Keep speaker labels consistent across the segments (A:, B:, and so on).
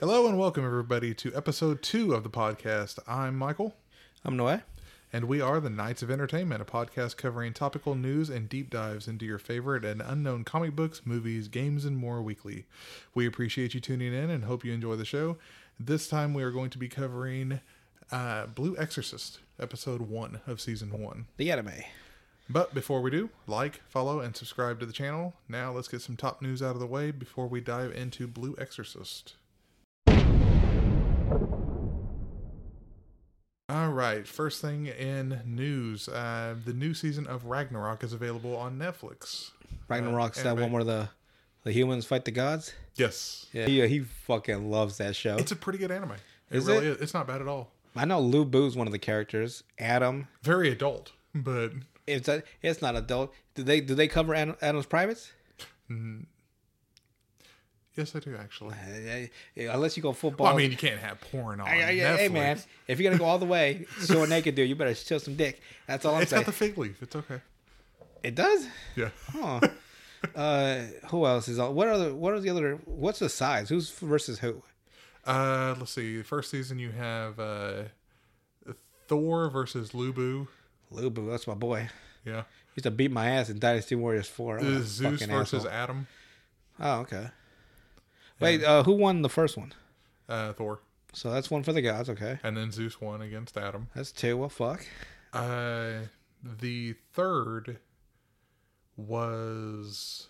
A: Hello and welcome everybody to episode two of the podcast. I'm Michael,
B: I'm Noé.
A: and we are the Knights of Entertainment, a podcast covering topical news and deep dives into your favorite and unknown comic books, movies, games, and more weekly. We appreciate you tuning in and hope you enjoy the show. This time we are going to be covering uh, Blue Exorcist, episode one of season one.
B: The anime.
A: But before we do, like, follow, and subscribe to the channel. Now let's get some top news out of the way before we dive into Blue Exorcist. All right, first thing in news uh, the new season of Ragnarok is available on Netflix.
B: Ragnarok's that
A: anime.
B: one where the the humans fight the gods.
A: Yes.
B: Yeah, he, he fucking loves that show.
A: It's a pretty good anime. It
B: Is
A: really is. It's not bad at all.
B: I know Lou Boo's one of the characters. Adam.
A: Very adult, but
B: It's a, it's not adult. Do they do they cover Adam, Adam's privates?
A: yes, I do actually.
B: Uh, yeah, yeah, Unless you go football.
A: Well, I mean, you can't have porn on
B: Hey, hey,
A: Netflix.
B: hey, man, if you're gonna go all the way, show a naked dude, you better show some dick. That's all I'm
A: It's
B: saying.
A: got the fig leaf. It's okay.
B: it does.
A: Yeah.
B: Huh. uh, who else is on? What are the what are the other? What's the size? Who's versus who?
A: Uh, let's see. The first season you have uh, Thor versus Lubu.
B: Lou Boo, that's my boy.
A: Yeah.
B: used to beat my ass in Dynasty Warriors Four. I'm
A: Uh,
B: a
A: Zeus
B: Oh, fucking
A: versus
B: asshole.
A: Adam.
B: Oh, okay. Wait, uh, who won the first one?
A: Uh, Thor.
B: So that's one for the gods. Okay,
A: And then Zeus won against Adam.
B: that's two. Well, fuck.
A: Uh, the third was.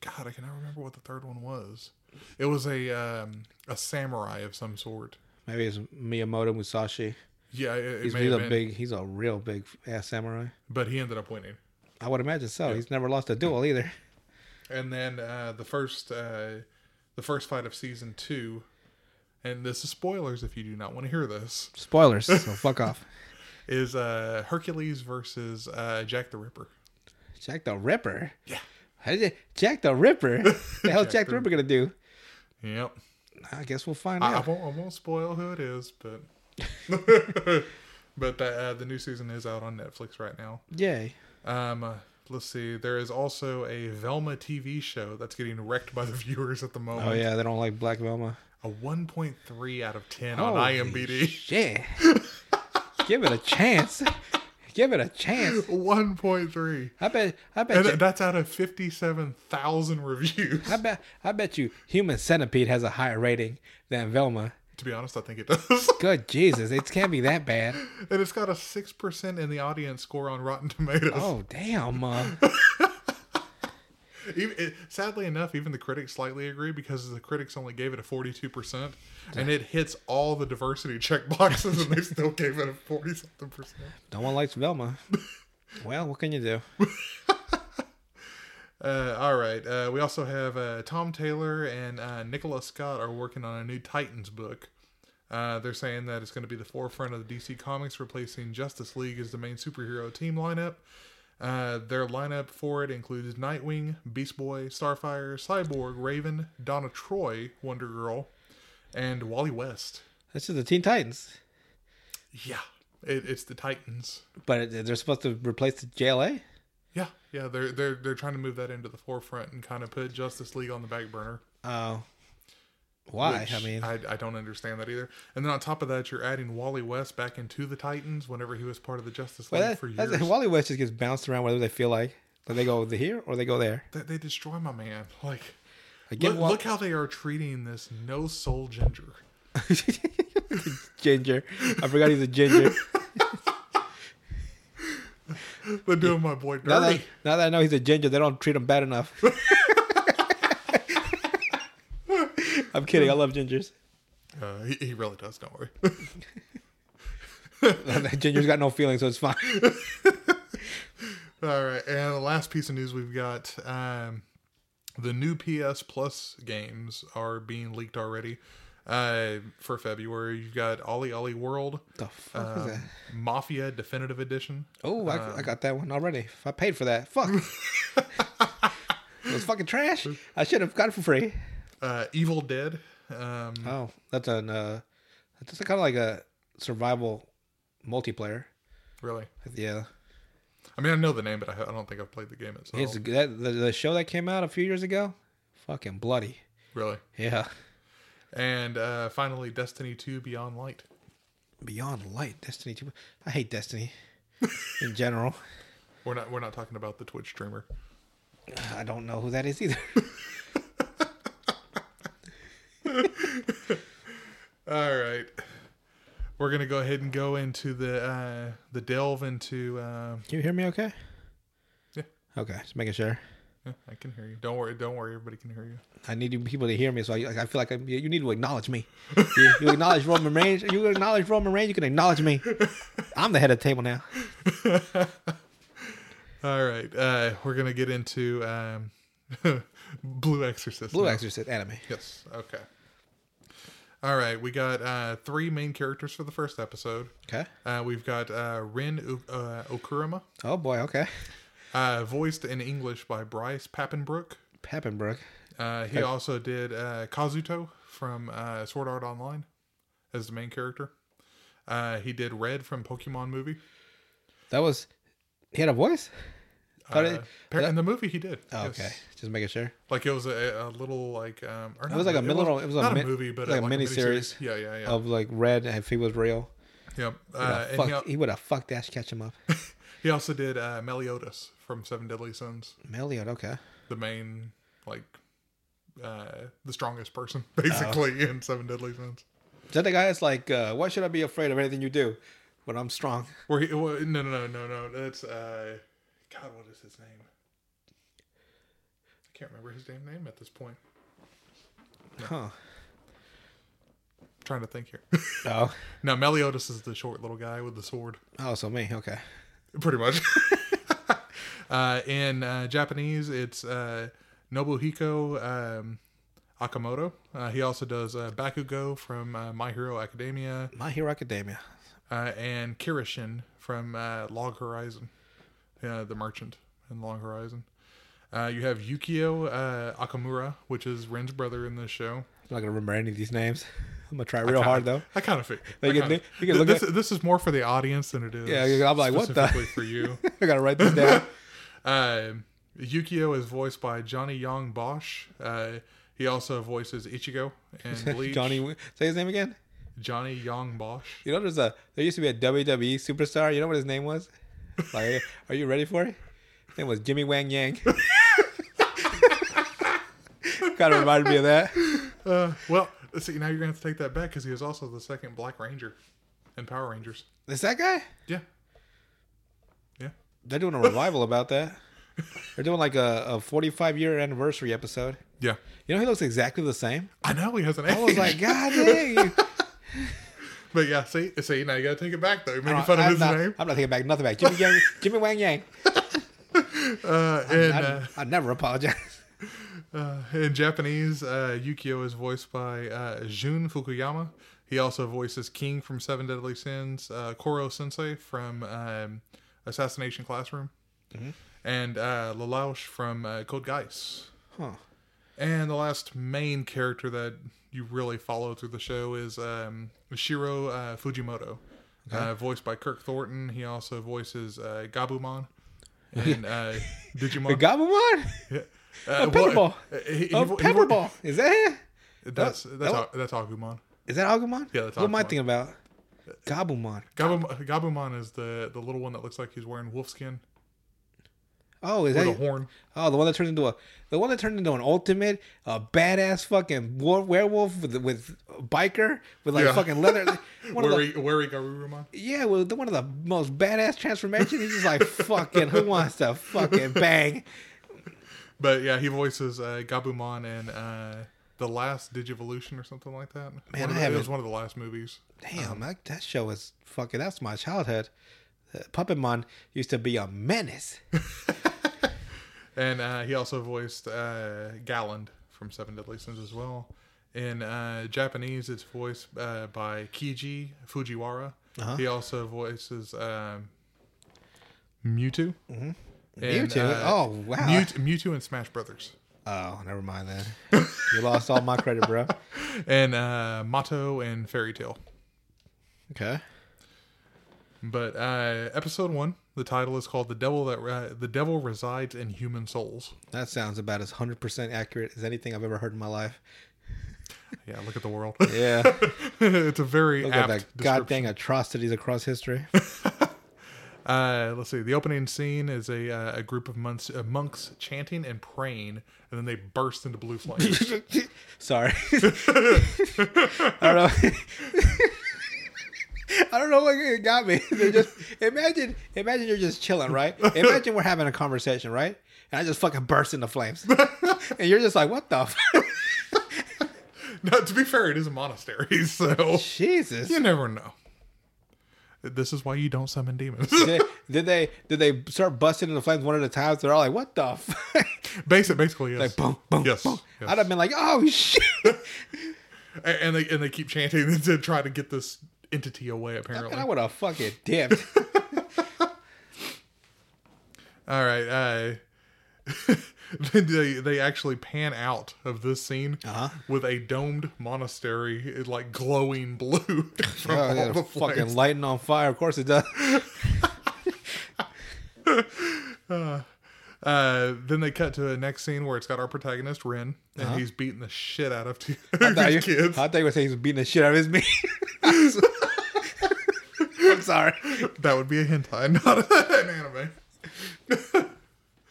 A: God, I cannot remember what the third one was. It was a um, a samurai of some sort.
B: Maybe it's Miyamoto Musashi.
A: Yeah, it, it
B: He's,
A: may
B: he's
A: have
B: a
A: been,
B: big. He's a real big ass samurai.
A: but he ended up winning.
B: I would imagine so. He's never lost a duel either.
A: and then uh, the first uh, the first fight of season two and this is spoilers if you do not want to hear this
B: Spoilers. So fuck off.
A: is uh, hercules versus uh, jack the ripper
B: Jack the Ripper.
A: Yeah.
B: How did you- Jack the Ripper. the hell, Jack,
A: Jack
B: the
A: the-
B: Ripper gonna do?
A: yep
B: I guess we'll find
A: I, I
B: out.
A: won't, I won't spoil who it is but but that, uh, the new season is out on netflix right now
B: Yay.
A: um, uh, let's see there is also a velma tv show that's getting wrecked by the viewers at the moment
B: Oh yeah, they don't like Black Velma.
A: a 1.3 out of 10 on
B: Holy
A: imbd
B: Shit. Give it a chance. Give it a chance.
A: 1.3
B: I bet. I bet.
A: And
B: you-
A: th- that's out of 57,000 reviews.
B: I bet I bet you Human Centipede has a higher rating than Velma.
A: to be honest, I think it does.
B: Good Jesus, it can't be that bad.
A: and it's got a 6% in the audience score on Rotten Tomatoes.
B: Oh damn! Uh,
A: Even, it, sadly enough, even the critics slightly agree because the critics only gave it a 42%. And it hits all the diversity check boxes and they still gave it a 40 something percent.
B: no one likes Velma. Well, what can you do?
A: Uh, all right. Uh, we also have uh, Tom Taylor and uh, Nicola Scott are working on a new Titans book. Uh, they're saying that it's going to be the forefront of the DC Comics, replacing Justice League as the main superhero team lineup. Uh, their lineup for it includes Nightwing, Beast Boy, Starfire, Cyborg, Raven, Donna Troy, Wonder Girl, and Wally West.
B: This is the Teen Titans,
A: Yeah, it, it's the Titans.
B: but it- they're supposed to replace the JLA.
A: Yeah, yeah, they're they're they're trying to move that into the forefront and kind of put Justice League on the back burner.
B: Oh, why?
A: which
B: I mean,
A: I, I don't understand that either. And then on top of that, you're adding Wally West back into the Titans whenever he was part of the Justice League
B: well, that-
A: for years.
B: that's- Wally West just gets bounced around whether they feel like. Like they go here or they go there.
A: They, they destroy my man. Like,
B: Like, give
A: look,
B: Wal-
A: look how they are treating this no soul ginger.
B: ginger. I forgot he's a ginger.
A: They're doing my boy
B: Now that,
A: dirty.
B: now that I know he's a ginger, they don't treat him bad enough. I'm kidding. I love gingers.
A: Uh, he, he really does. Don't worry.
B: Ginger's got no feelings, so it's fine.
A: All right, and the last piece of news we've got. Um, the new PS Plus games are being leaked already uh, for February. You've got Ollie Ollie World,
B: the fuck is
A: um,
B: Oh, that?
A: Mafia Definitive Edition,
B: Oh, I, I got that one already. If I paid for that, fuck. it was fucking trash. I should have got it for free.
A: uh, Evil Dead. Um,
B: Oh, that's an uh, that's kind of like a survival multiplayer.
A: Really?
B: Yeah,
A: I mean, I know the name, but I, I don't think I've played the game itself.
B: it's that the, the show that came out a few years ago. Fucking bloody.
A: really?
B: Yeah.
A: and uh, finally Destiny 2 Beyond Light.
B: Beyond Light, Destiny 2. I hate Destiny in general.
A: We're not we're not talking about the Twitch streamer.
B: I don't know who that is either.
A: All right, we're gonna go ahead and go into the uh, the delve into. Uh,
B: Can you hear me okay?
A: Yeah.
B: Okay, just making sure.
A: yeah, I can hear you. Don't worry. Don't worry. Everybody can hear you.
B: I need you people to hear me, so I, I feel like I, you need to acknowledge me. You, you acknowledge Roman Reigns. You acknowledge Roman Reigns. You can acknowledge me. I'm the head of the table now.
A: All right, uh, we're gonna get into um, Blue Exorcist.
B: Blue
A: now.
B: Exorcist anime.
A: Yes. Okay. All right, we got uh, three main characters for the first episode.
B: Okay.
A: Uh, we've got uh, Rin o- uh, Okurama,
B: Oh boy. Okay.
A: uh, voiced in English by Bryce Pappenbrook.
B: Pappenbrook.
A: Uh, he also did uh, Kazuto from uh, Sword Art Online as the main character. Uh, he did Red from Pokemon movie.
B: That was. He had a voice.
A: Uh,
B: Thought it-
A: par- in the movie, he did.
B: Oh,
A: yes.
B: okay. Just making sure.
A: Like it was a, a little like um. Or not,
B: was like a little-
A: It
B: it
A: was
B: was a
A: not a,
B: min-
A: movie, but
B: like a
A: miniseries.
B: miniseries
A: Yeah, yeah, yeah.
B: Of like red, if he was real,
A: yep. Uh, and
B: fuck,
A: he, al-
B: he, would have fucked Ash catch him up.
A: he also did uh, Meliodas from Seven Deadly Sins,
B: Meliod. Okay.
A: the main like uh the strongest person basically in Seven Deadly Sins.
B: Is that the guy that's like, uh, why should I be afraid of anything you do when I'm strong?
A: Where he well, no no no no no that's uh God what is his name? I can't remember his damn name at this point.
B: Huh.
A: trying to think here.
B: Oh.
A: now Meliodas is the short little guy with the sword.
B: Oh, so me. Okay.
A: pretty much. uh, in uh, Japanese, it's uh, Nobuhiko um, Akamoto. Uh, he also does uh, Bakugo from uh, My Hero Academia
B: My Hero Academia.
A: uh, and Kirishin from uh, Log Horizon, uh, the merchant in Log Horizon. Uh, you have Yukio uh, Akamura, which is Ren's brother in this show.
B: I'm not gonna remember any of these names. I'm gonna try real hard though.
A: I kind of figured.
B: They
A: I
B: can-
A: kinda-
B: they can look
A: this, this is more for the audience than it is.
B: Yeah, I'm like, what the-
A: specifically for you.
B: I gotta write this down.
A: Um, Yukio is voiced by Johnny Young Bosch. Uh, he also voices Ichigo and Bleach.
B: Johnny, say his name again.
A: Johnny Young Bosch.
B: You know, there's a there used to be a WWE superstar. You know what his name was? Like, are you ready for it? His name was Jimmy Wang Yang. kind of reminded me of that.
A: Uh, well, see, now you're gonna have to take that back because he was also the second Black Ranger in Power Rangers.
B: Is that guy?
A: Yeah, yeah.
B: They're doing a revival about that. They're doing like a, a 45 year anniversary episode.
A: Yeah,
B: You know, he looks exactly the same.
A: I know he has an.
B: I was like, God dang. you-
A: but yeah, see, see, now you gotta take it back though. You're making
B: I'm,
A: fun of his
B: not,
A: name.
B: I'm not taking back nothing back. Jimmy, Yang, Jimmy Wang Yang.
A: Uh, and
B: I,
A: uh,
B: I never apologize.
A: Uh, in Japanese, uh, Yukio is voiced by uh, Jun Fukuyama. He also voices King from Seven Deadly Sins, uh, Koro Sensei from um, Assassination Classroom,
B: Mm-hmm.
A: and uh, Lelouch from uh, Code Geass.
B: Huh.
A: And the last main character that you really follow through the show is um, Shiro uh, Fujimoto, uh, voiced by Kirk Thornton. He also voices uh, Gabumon and uh,
B: The
A: Digimon.
B: Gabumon?
A: Uh,
B: Pepperball.
A: uh, he- he-
B: Oh,
A: he- he-
B: Pepperball. Is that him?
A: That's
B: That-
A: that's
B: that
A: that's Agumon.
B: Is that Agumon?
A: Yeah, that's
B: What am
A: Agumon.
B: I thinking about? Gabumon.
A: Gabumon, Gabumon is the the little one that looks like he's wearing wolf skin
B: Oh, is
A: with a
B: that?
A: horn.
B: Oh, the one that turned into a, the one that turned into an ultimate, a badass fucking war, werewolf with with a biker with like
A: Yeah.
B: fucking leather. One of the,
A: Wary Wary Garurumon.
B: yeah, well, the, one of the most badass transformations. He's just like fucking. Who wants to fucking bang?
A: But yeah, he voices uh, Gabumon in uh, the last Digivolution or something like that. One of
B: I
A: the- it was
B: haven't-
A: one of the last movies.
B: Damn, that, that show was fucking. That's my childhood. Uh, Puppetmon used to be a menace.
A: And uh, he also voiced uh, Galland from Seven Deadly Sins as well. In uh, Japanese, it's voiced uh, by Kiji Fujiwara.
B: Uh-huh.
A: He also voices um, Mewtwo. Mm-hmm. And, uh,
B: Mewtwo? Oh, wow.
A: Mewt- Mewtwo and Smash Brothers.
B: Oh, never mind then. you lost all my credit, bro.
A: and uh, Mato and Fairy Tale.
B: Okay.
A: But uh, episode one, the title is called "The Devil That uh, the Devil Resides in Human Souls."
B: That sounds about as 100% accurate as anything I've ever heard in my life.
A: Yeah, look at the world.
B: Yeah.
A: it's a very
B: Look at
A: apt
B: the
A: description.
B: goddamn atrocities across history.
A: Uh, let's see. The opening scene is a uh, a group of monks, uh, monks chanting and praying, and then they burst into blue flames.
B: Sorry. I don't know. I don't know what it got me. They just imagine, imagine you're just chilling, right? Imagine we're having a conversation, right? And I just fucking burst into flames, and you're just like, "What the f-
A: now, to be fair, it is a monastery, so
B: Jesus?"
A: you never know. This is why you don't summon demons.
B: Did, did they did they start busting into flames one at a time? So they're all like, "What the?" F-?
A: Basic, basically, yes.
B: like, boom, boom,
A: yes.
B: boom.
A: yes.
B: I'd have been like, "Oh shit!"
A: A- and they and they keep chanting to try to get this entity away. Apparently,
B: and I would have fucking dipped.
A: All right. Uh, they they actually pan out of this scene
B: Uh-huh.
A: with a domed monastery like glowing blue from
B: Oh, yeah,
A: all the
B: fucking
A: flames.
B: lighting on fire. Of course it does.
A: Uh, then they cut to the next scene where it's got our protagonist Ren and he's beating the shit out of two
B: thought
A: these
B: you,
A: kids.
B: Uh-huh. I thought you were saying he was beating the shit out of his meat. I'm sorry.
A: That would be a hentai, not an anime.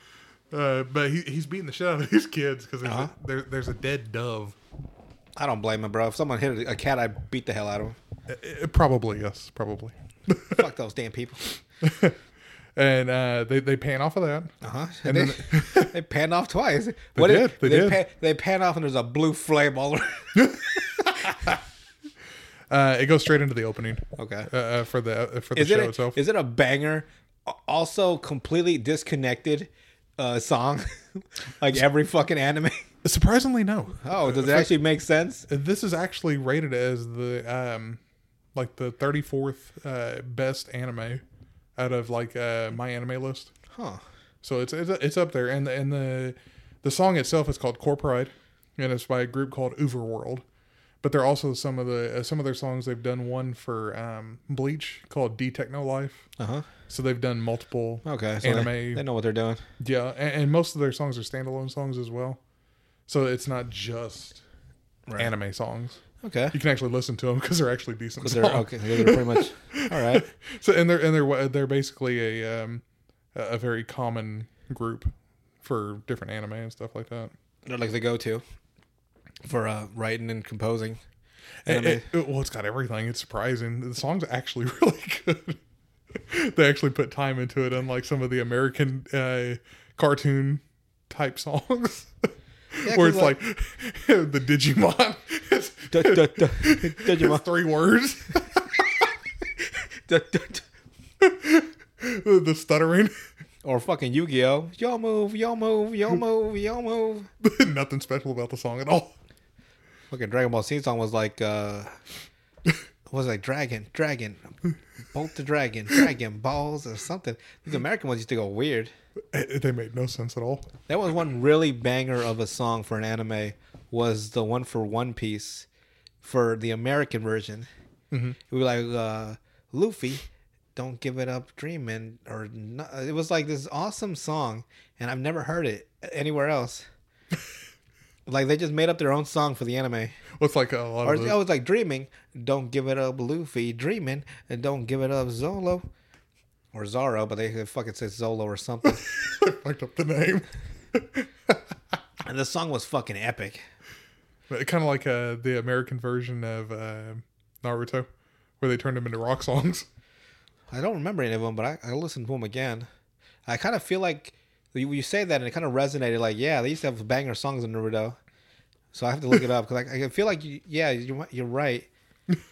A: uh, but he, he's beating the shit out of these kids because there's, a
B: Uh-huh.
A: there, there's a dead dove.
B: I don't blame him, bro. If someone hit a cat, I beat the hell out of him.
A: Uh, uh, probably yes, probably.
B: Fuck those damn people.
A: and uh, they they pan off of that.
B: Uh huh.
A: And
B: And
A: then
B: they, they pan off twice. What
A: did,
B: if-
A: they did.
B: Pan, they pan off and there's a blue flame all around.
A: Uh, it goes straight into the opening.
B: Okay.
A: Uh, uh, for the uh, for the
B: Is
A: show
B: it, a,
A: itself,
B: is it a banger? A- Also, completely disconnected uh, song, like every fucking anime.
A: surprisingly no.
B: Oh, does it actually make sense?
A: This is actually rated as the um, like the thirty fourth uh, best anime out of like uh, my anime list.
B: Huh.
A: So it's it's, it's up there, and the, and the the song itself is called Core Pride, and it's by a group called Overworld. But there are also some of the uh, some of their songs they've done one for um, Bleach called D Techno Life.
B: Uh huh.
A: So they've done multiple
B: Okay. so they-
A: anime.
B: They, know what they're doing.
A: Yeah, and, and most of their songs are standalone songs as well. So it's not just anime songs.
B: Okay.
A: You can actually listen to them because they're actually decent.
B: They're,
A: songs.
B: okay. They're pretty much. All right.
A: So and they're and they're they're basically a um a a very common group for different anime and stuff like that.
B: They're like the go-to for uh, writing and composing.
A: It-
B: Anime.
A: it- it- well, it's got everything. It's surprising. The song's actually really good. they actually put time into it, unlike some of the American uh, cartoon type songs. Where
B: 'cause
A: it's like, the Digimon. It's-
B: Duh, duh, duh.
A: it's
B: Digimon.
A: three words.
B: Duh, duh, duh.
A: the stuttering.
B: Or fucking Yu-Gi-Oh! Yo move, yo move, yo move, yo move.
A: Nothing special about the song at all.
B: Fucking Dragon Ball Z song was like, uh, was like dragon, dragon, bolt the dragon, dragon balls or something. These American ones used to go weird.
A: Eh, They made no sense at all.
B: That was one really banger of a song for an anime. Was the one for One Piece, for the American version. We were like uh, Luffy, don't give it up, dreaming, or no, it was like this awesome song, and I've never heard it anywhere else. like they just made up their own song for the anime.
A: Well, it's like a lot
B: Or
A: of.
B: I
A: The,
B: was like dreaming, don't give it up, Luffy, dreaming, and don't give it up, Zolo, or Zoro, but they fucking said Zolo or something.
A: I fucked up the name.
B: and the song was fucking epic.
A: Kind of like uh, the American version of uh, Naruto, where they turned them into rock songs.
B: I don't remember any of them, but I, I listened to them again. I kind of feel like you, you say that and it kind of resonated. Like, yeah, they used to have banger songs in Naruto, so I have to look it up because I, I feel like, you, yeah, you, you're right,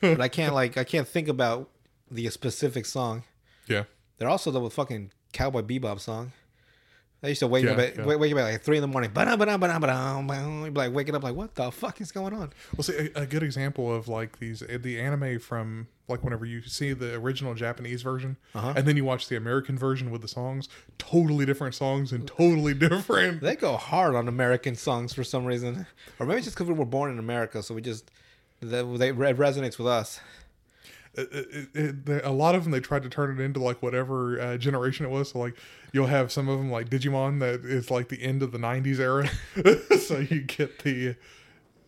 B: but I can't like I can't think about the specific song.
A: Yeah.
B: They're also the fucking Cowboy Bebop song. I used to wake
A: Yeah,
B: up at
A: yeah.
B: wake, wake up at like three in the morning. Ba-dum, ba-dum, ba-dum, ba-dum, ba-dum. You'd be like waking up like what the fuck is going on?
A: Well, see, a, a good example of like these uh, the anime from like whenever you see the original Japanese version,
B: Uh-huh.
A: and then you watch the American version with the songs, totally different songs and totally different.
B: They go hard on American songs for some reason, or maybe it's just because we were born in America, so we just that they, it resonates with us.
A: It- it- it- the- a lot of them uh, they tried to turn it into like whatever uh, generation it was. So like you'll have some of them like Digimon that is like the end of the '90s era, so you get the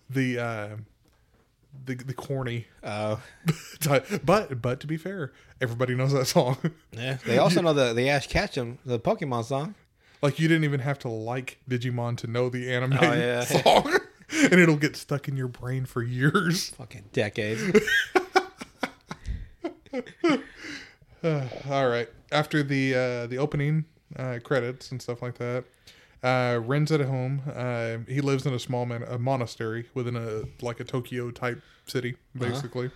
A: the uh, the, the corny.
B: Uh,
A: type. But but to be fair, everybody knows that song.
B: yeah. They also know the the Ash Ketchum, the Pokemon song.
A: like you didn't even have to like Digimon to know the anime
B: Oh, yeah.
A: song, and it'll get stuck in your brain for years.
B: Fucking decades.
A: Uh, all right. After the uh, the opening uh, credits and stuff like that, uh, Ren's at home. Uh, he lives in a small man- a monastery within a like a Tokyo type city,
B: Uh-huh.
A: basically.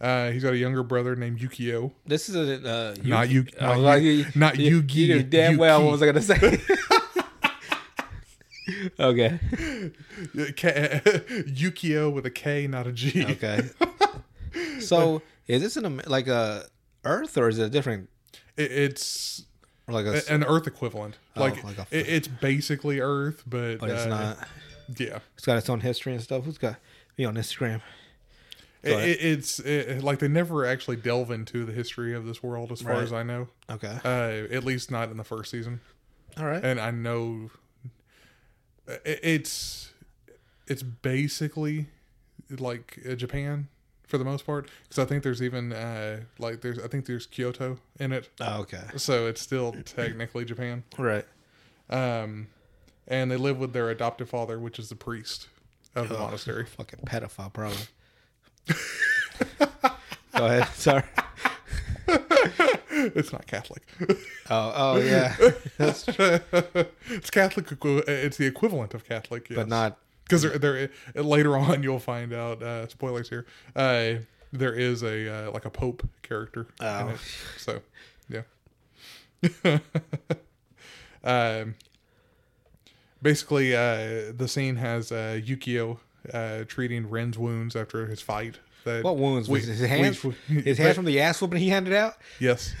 A: uh he's got a younger brother named Yukio.
B: This is a uh, Yu-
A: Not Yu-
B: I
A: not
B: was like,
A: Yu-
B: you,
A: not
B: you,
A: Yugi,
B: You knew damn well
A: Yuki.
B: what was I gonna say. okay.
A: Uh, K- Yukio with a K, not a G.
B: Okay. So is this an Am- like a Earth or is it a different
A: It- it's
B: or like a?
A: a- an Earth equivalent.
B: Oh,
A: like
B: like a-
A: it, it's basically Earth, but,
B: but it's
A: uh,
B: not.
A: Yeah,
B: It's got its own history and stuff. Who's got be on Instagram?
A: it,
B: Go ahead.
A: it, it's it, like they never actually delve into the history of this world, as far
B: Right.
A: as I know.
B: Okay.
A: Uh, at least not in the first season.
B: All right.
A: And I know uh, it, it's it's basically like uh, Japan for the most part, because I think there's even uh, like there's I think there's Kyoto in it,
B: Oh, okay.
A: so it's still technically Japan.
B: Right.
A: Um, and they live with their adoptive father, which is the priest of the monastery.
B: Fucking pedophile problem. Go ahead. Sorry.
A: it's not Catholic.
B: Oh, oh yeah. That's-
A: it's Catholic. equi- It's the equivalent of Catholic, yes.
B: but not.
A: because there, there. Later on, you'll find out. Uh, spoilers here. Uh, there is a uh, like a pope character.
B: Oh.
A: it. So, yeah. um. Basically, uh, the scene has uh, Yukio uh, treating Ren's wounds after his fight. That
B: What wounds?
A: we-
B: was his hands?
A: we-
B: his hands from the ass whooping he handed out.
A: Yes.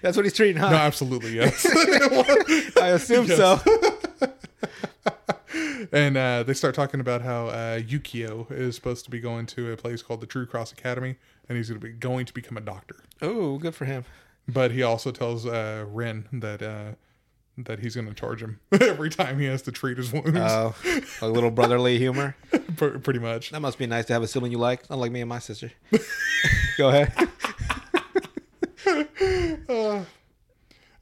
B: That's what he's treating,
A: No,
B: huh?
A: absolutely yes. It was.
B: I assume
A: Yes.
B: so.
A: and uh, they start talking about how uh, Yukio is supposed to be going to a place called the True Cross Academy, and he's going to be going to become a doctor.
B: Oh, good for him.
A: But he also tells uh, Ren that uh, that he's going to charge him every time he has to treat his wounds,
B: Oh, a little brotherly humor.
A: pr- pretty much.
B: That must be nice to have a sibling you like, unlike me and my sister. Go ahead.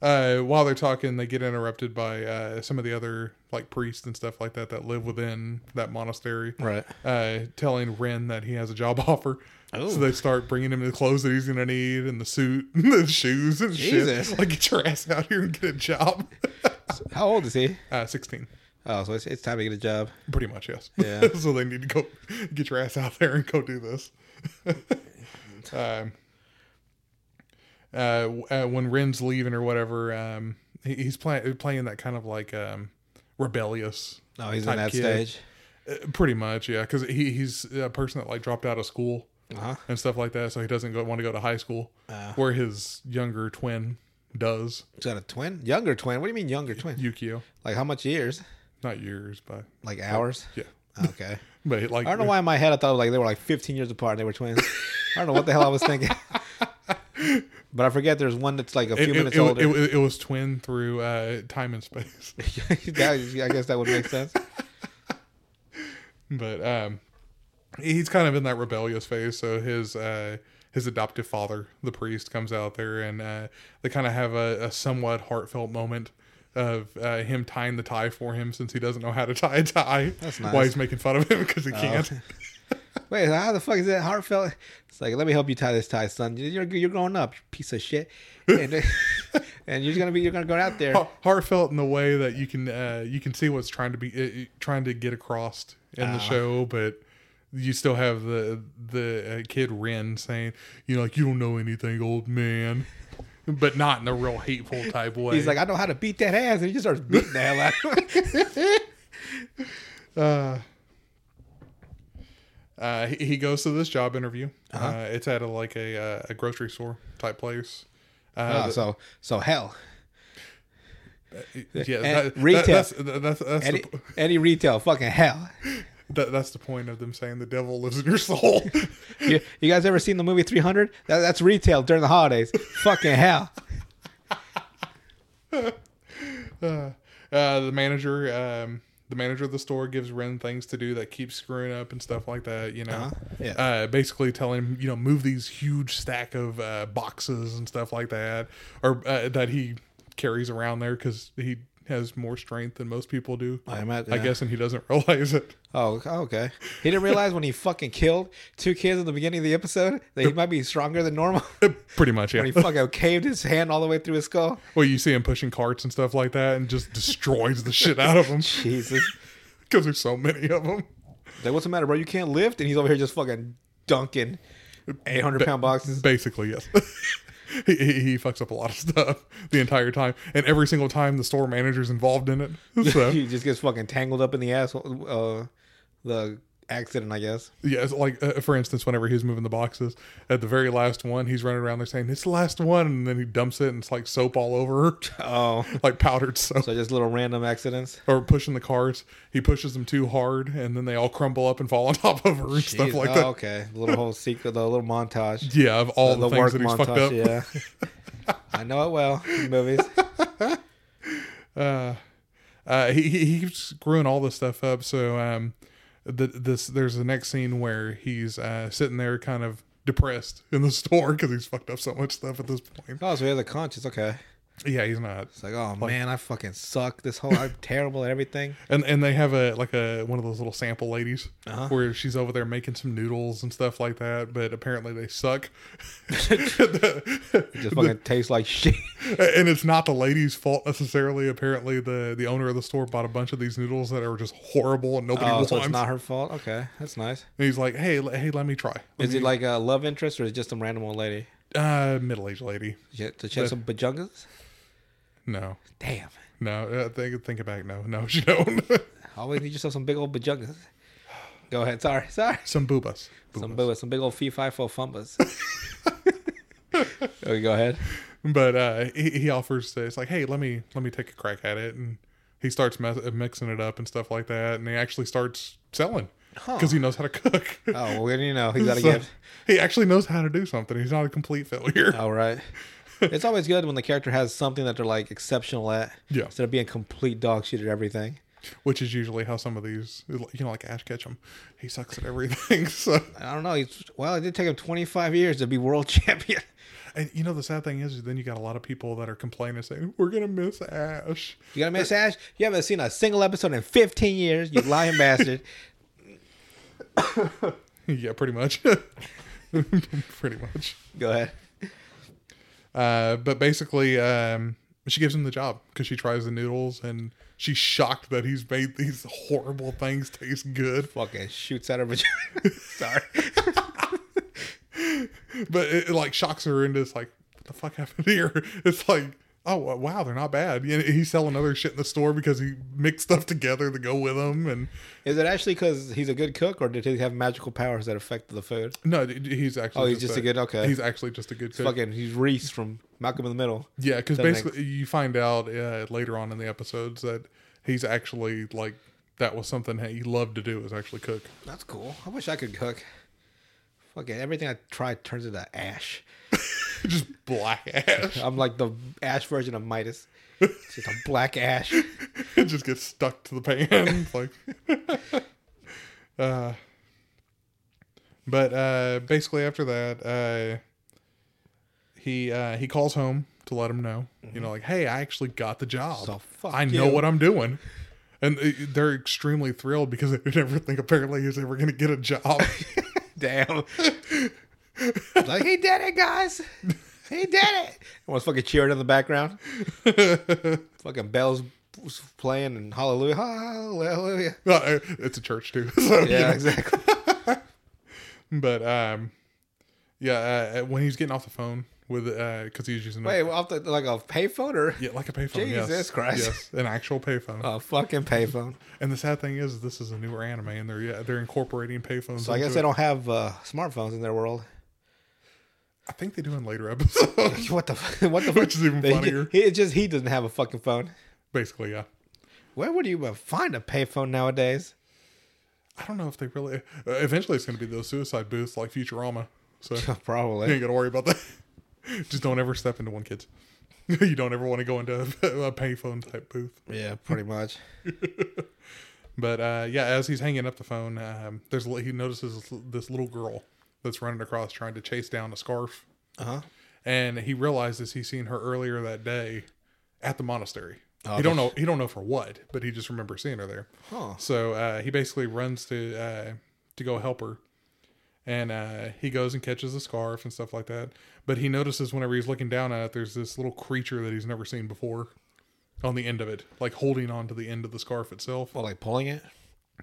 A: Uh, while they're talking, they get interrupted by uh, some of the other like priests and stuff like that that live within that monastery.
B: Right.
A: uh, telling Ren that he has a job offer.
B: Oh.
A: So they start bringing him the clothes that he's gonna need and the suit and the shoes and
B: Jesus.
A: shit. Like get your ass out here and get a job.
B: How old is he?
A: uh, Sixteen,
B: Oh, so it's, it's time to get a job.
A: pretty much yes.
B: Yeah.
A: so they need to go get your ass out there and go do this. um, uh, w- uh, when Ren's leaving or whatever, um, he, he's playing playing that kind of like um, rebellious
B: No, Oh, he's in
A: Type
B: that
A: kid.
B: stage.
A: Uh, Pretty much, yeah, because he, he's a person that like dropped out of school
B: Uh-huh.
A: and stuff like that, so he doesn't go, want to go to high school,
B: Uh.
A: where his younger twin does,
B: He's got a twin, younger twin. What do you mean younger twin?
A: Yukio.
B: Like how much years?
A: Not years, but
B: Like hours?
A: yeah,
B: Okay.
A: but like
B: I don't know why in my head I thought like they were like 15 years apart and they were twins. I don't know what the hell I was thinking. But I forget there's one that's like a few
A: It, it,
B: minutes
A: it,
B: older.
A: it- it was twin through uh, time and space,
B: That- I guess that would make sense.
A: but um, he's kind of in that rebellious phase. So his uh, his adoptive father, the priest, comes out there, and uh, they kind of have a, a somewhat heartfelt moment of uh, him tying the tie for him since he doesn't know how to tie a tie.
B: That's
A: Why
B: nice. Oh.
A: he's making fun of him because he can't.
B: Wait, how the fuck is that heartfelt? It's like, let me help you tie this tie, son. You're you're growing up, you piece of shit, and, and you're gonna be you're gonna go out there.
A: Heart- heartfelt in the way that you can uh, you can see what's trying to be uh, trying to get across in
B: Ah.
A: the show, but you still have the the uh, kid Ren saying, you know, like you don't know anything, old man, but not in a real hateful type way.
B: He's like, I know how to beat that ass, and he just starts beating the hell out. of him.
A: uh, uh, he, he goes to this job interview. uh
B: Uh-huh.
A: it's at a, like a uh, a grocery store type place. Uh,
B: Oh, so so hell.
A: yeah,
B: and
A: that- that-
B: retail.
A: that's, that's, that's, the,
B: Any,
A: po-
B: any retail, fucking hell.
A: that, that's the point of them saying the devil lives in your soul.
B: You, you guys ever seen the movie 300? That, that's retail during the holidays. fucking hell.
A: uh, the uh, manager um, the manager of the store gives Ren things to do that keeps screwing up and stuff like that. You know,
B: Uh-huh. Yeah.
A: uh, basically telling him, you know, move these huge stack of uh, boxes and stuff like that, or uh, that he carries around there because he has more strength than most people do.
B: I ima-
A: I
B: yeah.
A: guess, and he doesn't realize it.
B: Oh, okay. He didn't realize when he fucking killed two kids at the beginning of the episode that he might be stronger than normal.
A: Pretty much, yeah.
B: when he fucking caved his hand all the way through his skull.
A: Well, you see him pushing carts and stuff like that, and just destroys the shit out of them
B: Jesus.
A: because there's so many of them.
B: Like, what's the matter, bro? You can't lift? And he's over here just fucking dunking 800 pound boxes.
A: Basically, yes. he, he he fucks up a lot of stuff the entire time, and every single time the store manager's involved in it. So
B: He just gets fucking tangled up in the asshole. Uh, the accident, I guess.
A: yeah, it's like uh, for instance, whenever he's moving the boxes at the very last one, he's running around there saying it's the last one, and then he dumps it, and it's like soap all over, her,
B: Oh.
A: like powdered soap.
B: So just little random accidents.
A: Or pushing the carts, he pushes them too hard, and then they all crumble up and fall on top of her and stuff
B: Jeez.
A: like
B: oh,
A: that.
B: Okay. The little whole secret, the little montage.
A: Yeah, of all
B: the
A: the,
B: work
A: things that he's fucked up.
B: montage. Yeah. I know it well. Movies.
A: uh, uh, he, he he keeps screwing all this stuff up. So um, the, this there's the next scene where he's uh, sitting there kind of depressed in the store because he's fucked up so much stuff at this point.
B: Oh, so he has a conscience. Okay.
A: Yeah, he's not.
B: It's like, oh man, I fucking suck. This whole I'm terrible at everything.
A: And and they have a like a one of those little sample ladies
B: Uh-huh.
A: where she's over there making some noodles and stuff like that. But apparently they suck. The-
B: Just fucking tastes like shit.
A: and it's not the lady's fault necessarily. Apparently the the owner of the store bought a bunch of these noodles that are just horrible and nobody
B: Oh,
A: wants.
B: so it's not her fault. Okay, that's nice.
A: And he's like, "Hey, le- hey, let me try." Let
B: Is
A: me-
B: it like a love interest or is it just some random old lady?
A: uh, middle-aged lady?
B: She- Does she have some bajungas?
A: No,
B: Damn.
A: no. Uh, think think back. No, no, she don't.
B: Always need yourself some big old bajungas. Go ahead. Sorry. Sorry.
A: Some boobas.
B: Some
A: Boobas.
B: boo, some big old fee fi fo fumbas. okay, go ahead.
A: but uh, he, he offers to. It's like, "Hey, let me let me take a crack at it." And he starts mes- uh, mixing it up and stuff like that. And he actually starts selling because he knows how to cook.
B: Oh, well, then you know, he's got a
A: So,
B: gift. Oh.
A: He actually knows how to do something. He's not a complete failure.
B: All right. It's always good when the character has something that they're like exceptional at.
A: Yeah.
B: Instead of being complete dog shit at everything.
A: Which is usually how some of these, you know, like Ash Ketchum, he sucks at everything. So
B: I don't know. He's, well, it did take him 25 years to be world champion.
A: And you know the sad thing is, is then you got a lot of people that are complaining saying we're gonna miss Ash.
B: You gonna miss Ash? You haven't seen a single episode in 15 years, you lying bastard.
A: yeah, pretty much. pretty much.
B: Go ahead.
A: Uh, but basically, um, she gives him the job because she tries the noodles and she's shocked that he's made these horrible things taste good.
B: Fucking shoots out her vagina. Sorry.
A: But it, it, like shocks her into it's like what the fuck happened here? It's like. Oh wa- wow, they're not bad. You know, He's selling other shit in the store because he mixed stuff together to go with them, and
B: Is it actually because he's a good cook, or did he have magical powers that affect the food?
A: no, he's actually
B: Oh, he's just a good- okay.
A: He's actually just a good cook.
B: Fucking, he's Reese from Malcolm in the Middle.
A: Yeah, because
B: That makes-
A: basically you find out uh, later on in the episodes that he's actually like that was something that he loved to do is actually cook.
B: That's cool. I wish I could cook. Fucking everything I try turns into ash.
A: Just black ash.
B: I'm like the ash version of Midas. It's just a black ash.
A: it just gets stuck to the pan. It's like, uh, but uh, basically after that, uh, he uh, he calls home to let him know, you know, like, hey, I actually got the job.
B: Mm-hmm. So fuck
A: I know
B: you."
A: what I'm doing. And uh, they're extremely thrilled because they never think apparently he's ever going to get a job.
B: Damn. like he did it, guys. He did it. Everyone's fucking cheering in the background. fucking bells playing and hallelujah, hallelujah.
A: Uh, it's a church too. So, you
B: Yeah,
A: know.
B: exactly.
A: But um, yeah, uh, when he's getting off the phone with uh, because he's using
B: Wait,
A: a,
B: off the, like a payphone or
A: yeah, like a payphone. yes.
B: Jesus Christ. Uh.
A: Yes, an actual payphone.
B: a fucking payphone?
A: and the sad thing is, this is a newer anime, and they're yeah, they're incorporating payphones.
B: So I guess
A: into
B: they
A: it.
B: don't have uh, smartphones in their world.
A: I think they do in later episodes.
B: What the? fu- What the?
A: Which is even
B: He-
A: funnier.
B: He, it's just he doesn't have a fucking phone.
A: Basically, yeah.
B: Where would you even find a payphone nowadays?
A: I don't know if they really. Uh, eventually, it's going to be those suicide booths like Futurama. So you ain't
B: Probably.
A: got to worry about that. Just don't ever step into one, kids. you don't ever want to go into a, a payphone type booth.
B: Yeah, pretty much.
A: But uh, yeah, as he's hanging up the phone, um, there's a li- he notices this- this little girl that's running across trying to chase down a scarf,
B: Uh
A: Uh-huh.
B: huh.
A: and he realizes he's seen her earlier that day at the monastery.
B: Oh,
A: he don't know he don't know for what, but he just remembers seeing her there.
B: Huh.
A: So uh, he basically runs to uh, to go help her, and uh, he goes and catches the scarf and stuff like that. But he notices whenever he's looking down at it, there's this little creature that he's never seen before on the end of it, like holding on to the end of the scarf itself.
B: Well, like pulling it.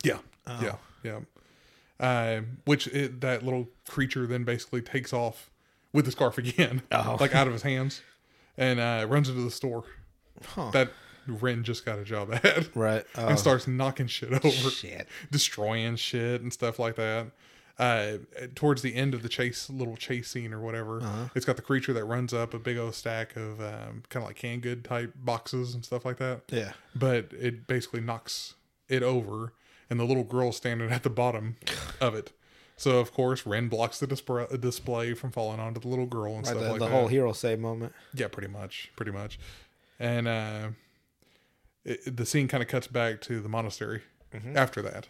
A: Yeah,
B: Oh.
A: yeah, yeah. Uh, which it, that little creature then basically takes off with the scarf again,
B: Oh.
A: like out of his hands, and uh, runs into the store
B: Huh.
A: that Ren just got a job at.
B: Right. Oh,
A: And starts knocking shit over
B: shit.
A: destroying shit and stuff like that. Uh, towards the end of the chase, little chase scene or whatever,
B: Uh-huh.
A: it's got the creature that runs up a big old stack of um, kind of like canned good type boxes and stuff like that.
B: Yeah.
A: But it basically knocks it over, and the little girl standing at the bottom of it. So of course, Ren blocks the dispra- display from falling onto the little girl and
B: Right,
A: stuff
B: the
A: like
B: the
A: that.
B: whole hero save moment.
A: Yeah, pretty much, pretty much. And uh, it, the scene kind of cuts back to the monastery
B: Mm-hmm.
A: after that,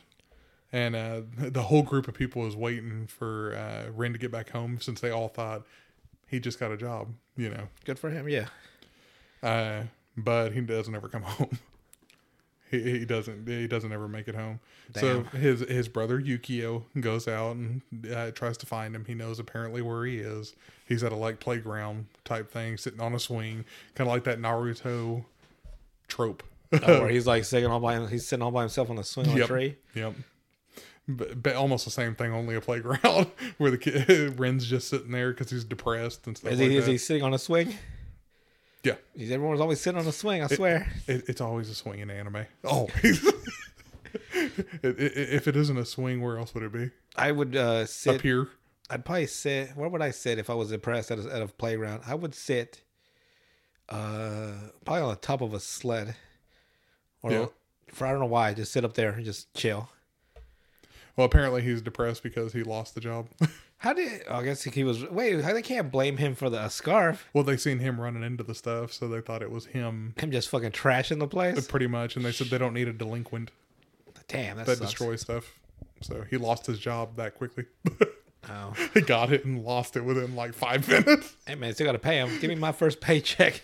A: and uh, the whole group of people is waiting for uh, Ren to get back home since they all thought he just got a job, you know.
B: Good for him. Yeah.
A: Uh, but he doesn't ever come home. He, he doesn't. He doesn't ever make it home. So his his brother Yukio goes out and uh, tries to find him. He knows apparently where he is. He's at a like playground type thing, sitting on a swing, kind of like that Naruto trope.
B: Oh, where he's like sitting all by he's sitting all by himself on the swing on a
A: Yep.
B: tree.
A: Yep. But, but almost the same thing, only a playground where the kid Ren's just sitting there because he's depressed and stuff.
B: Is
A: like
B: he is
A: that.
B: he sitting on a swing?
A: Yeah,
B: He's, everyone's always sitting on a swing. I swear.
A: It, it's always a swing in anime. Always. It- it- if it isn't a swing, where else would it be?
B: I would uh, sit.
A: Up here.
B: I'd probably sit. Where would I sit if I was depressed at a, at a playground? I would sit. Uh, probably on the top of a sled. Or
A: Yeah.
B: for I don't know why, just sit up there and just chill.
A: Well, apparently he's depressed because he lost the job.
B: How did I guess he was? Wait, they can't blame him for the scarf.
A: well, they seen him running into the stuff, so they thought it was him,
B: Him just fucking trashing the place.
A: pretty much. And they said they don't need a delinquent
B: Damn, that,
A: that
B: sucks.
A: destroys stuff. So he lost his job that quickly.
B: Oh.
A: he got it and lost it within like five minutes.
B: Hey man, still gotta pay him. Give me my first paycheck,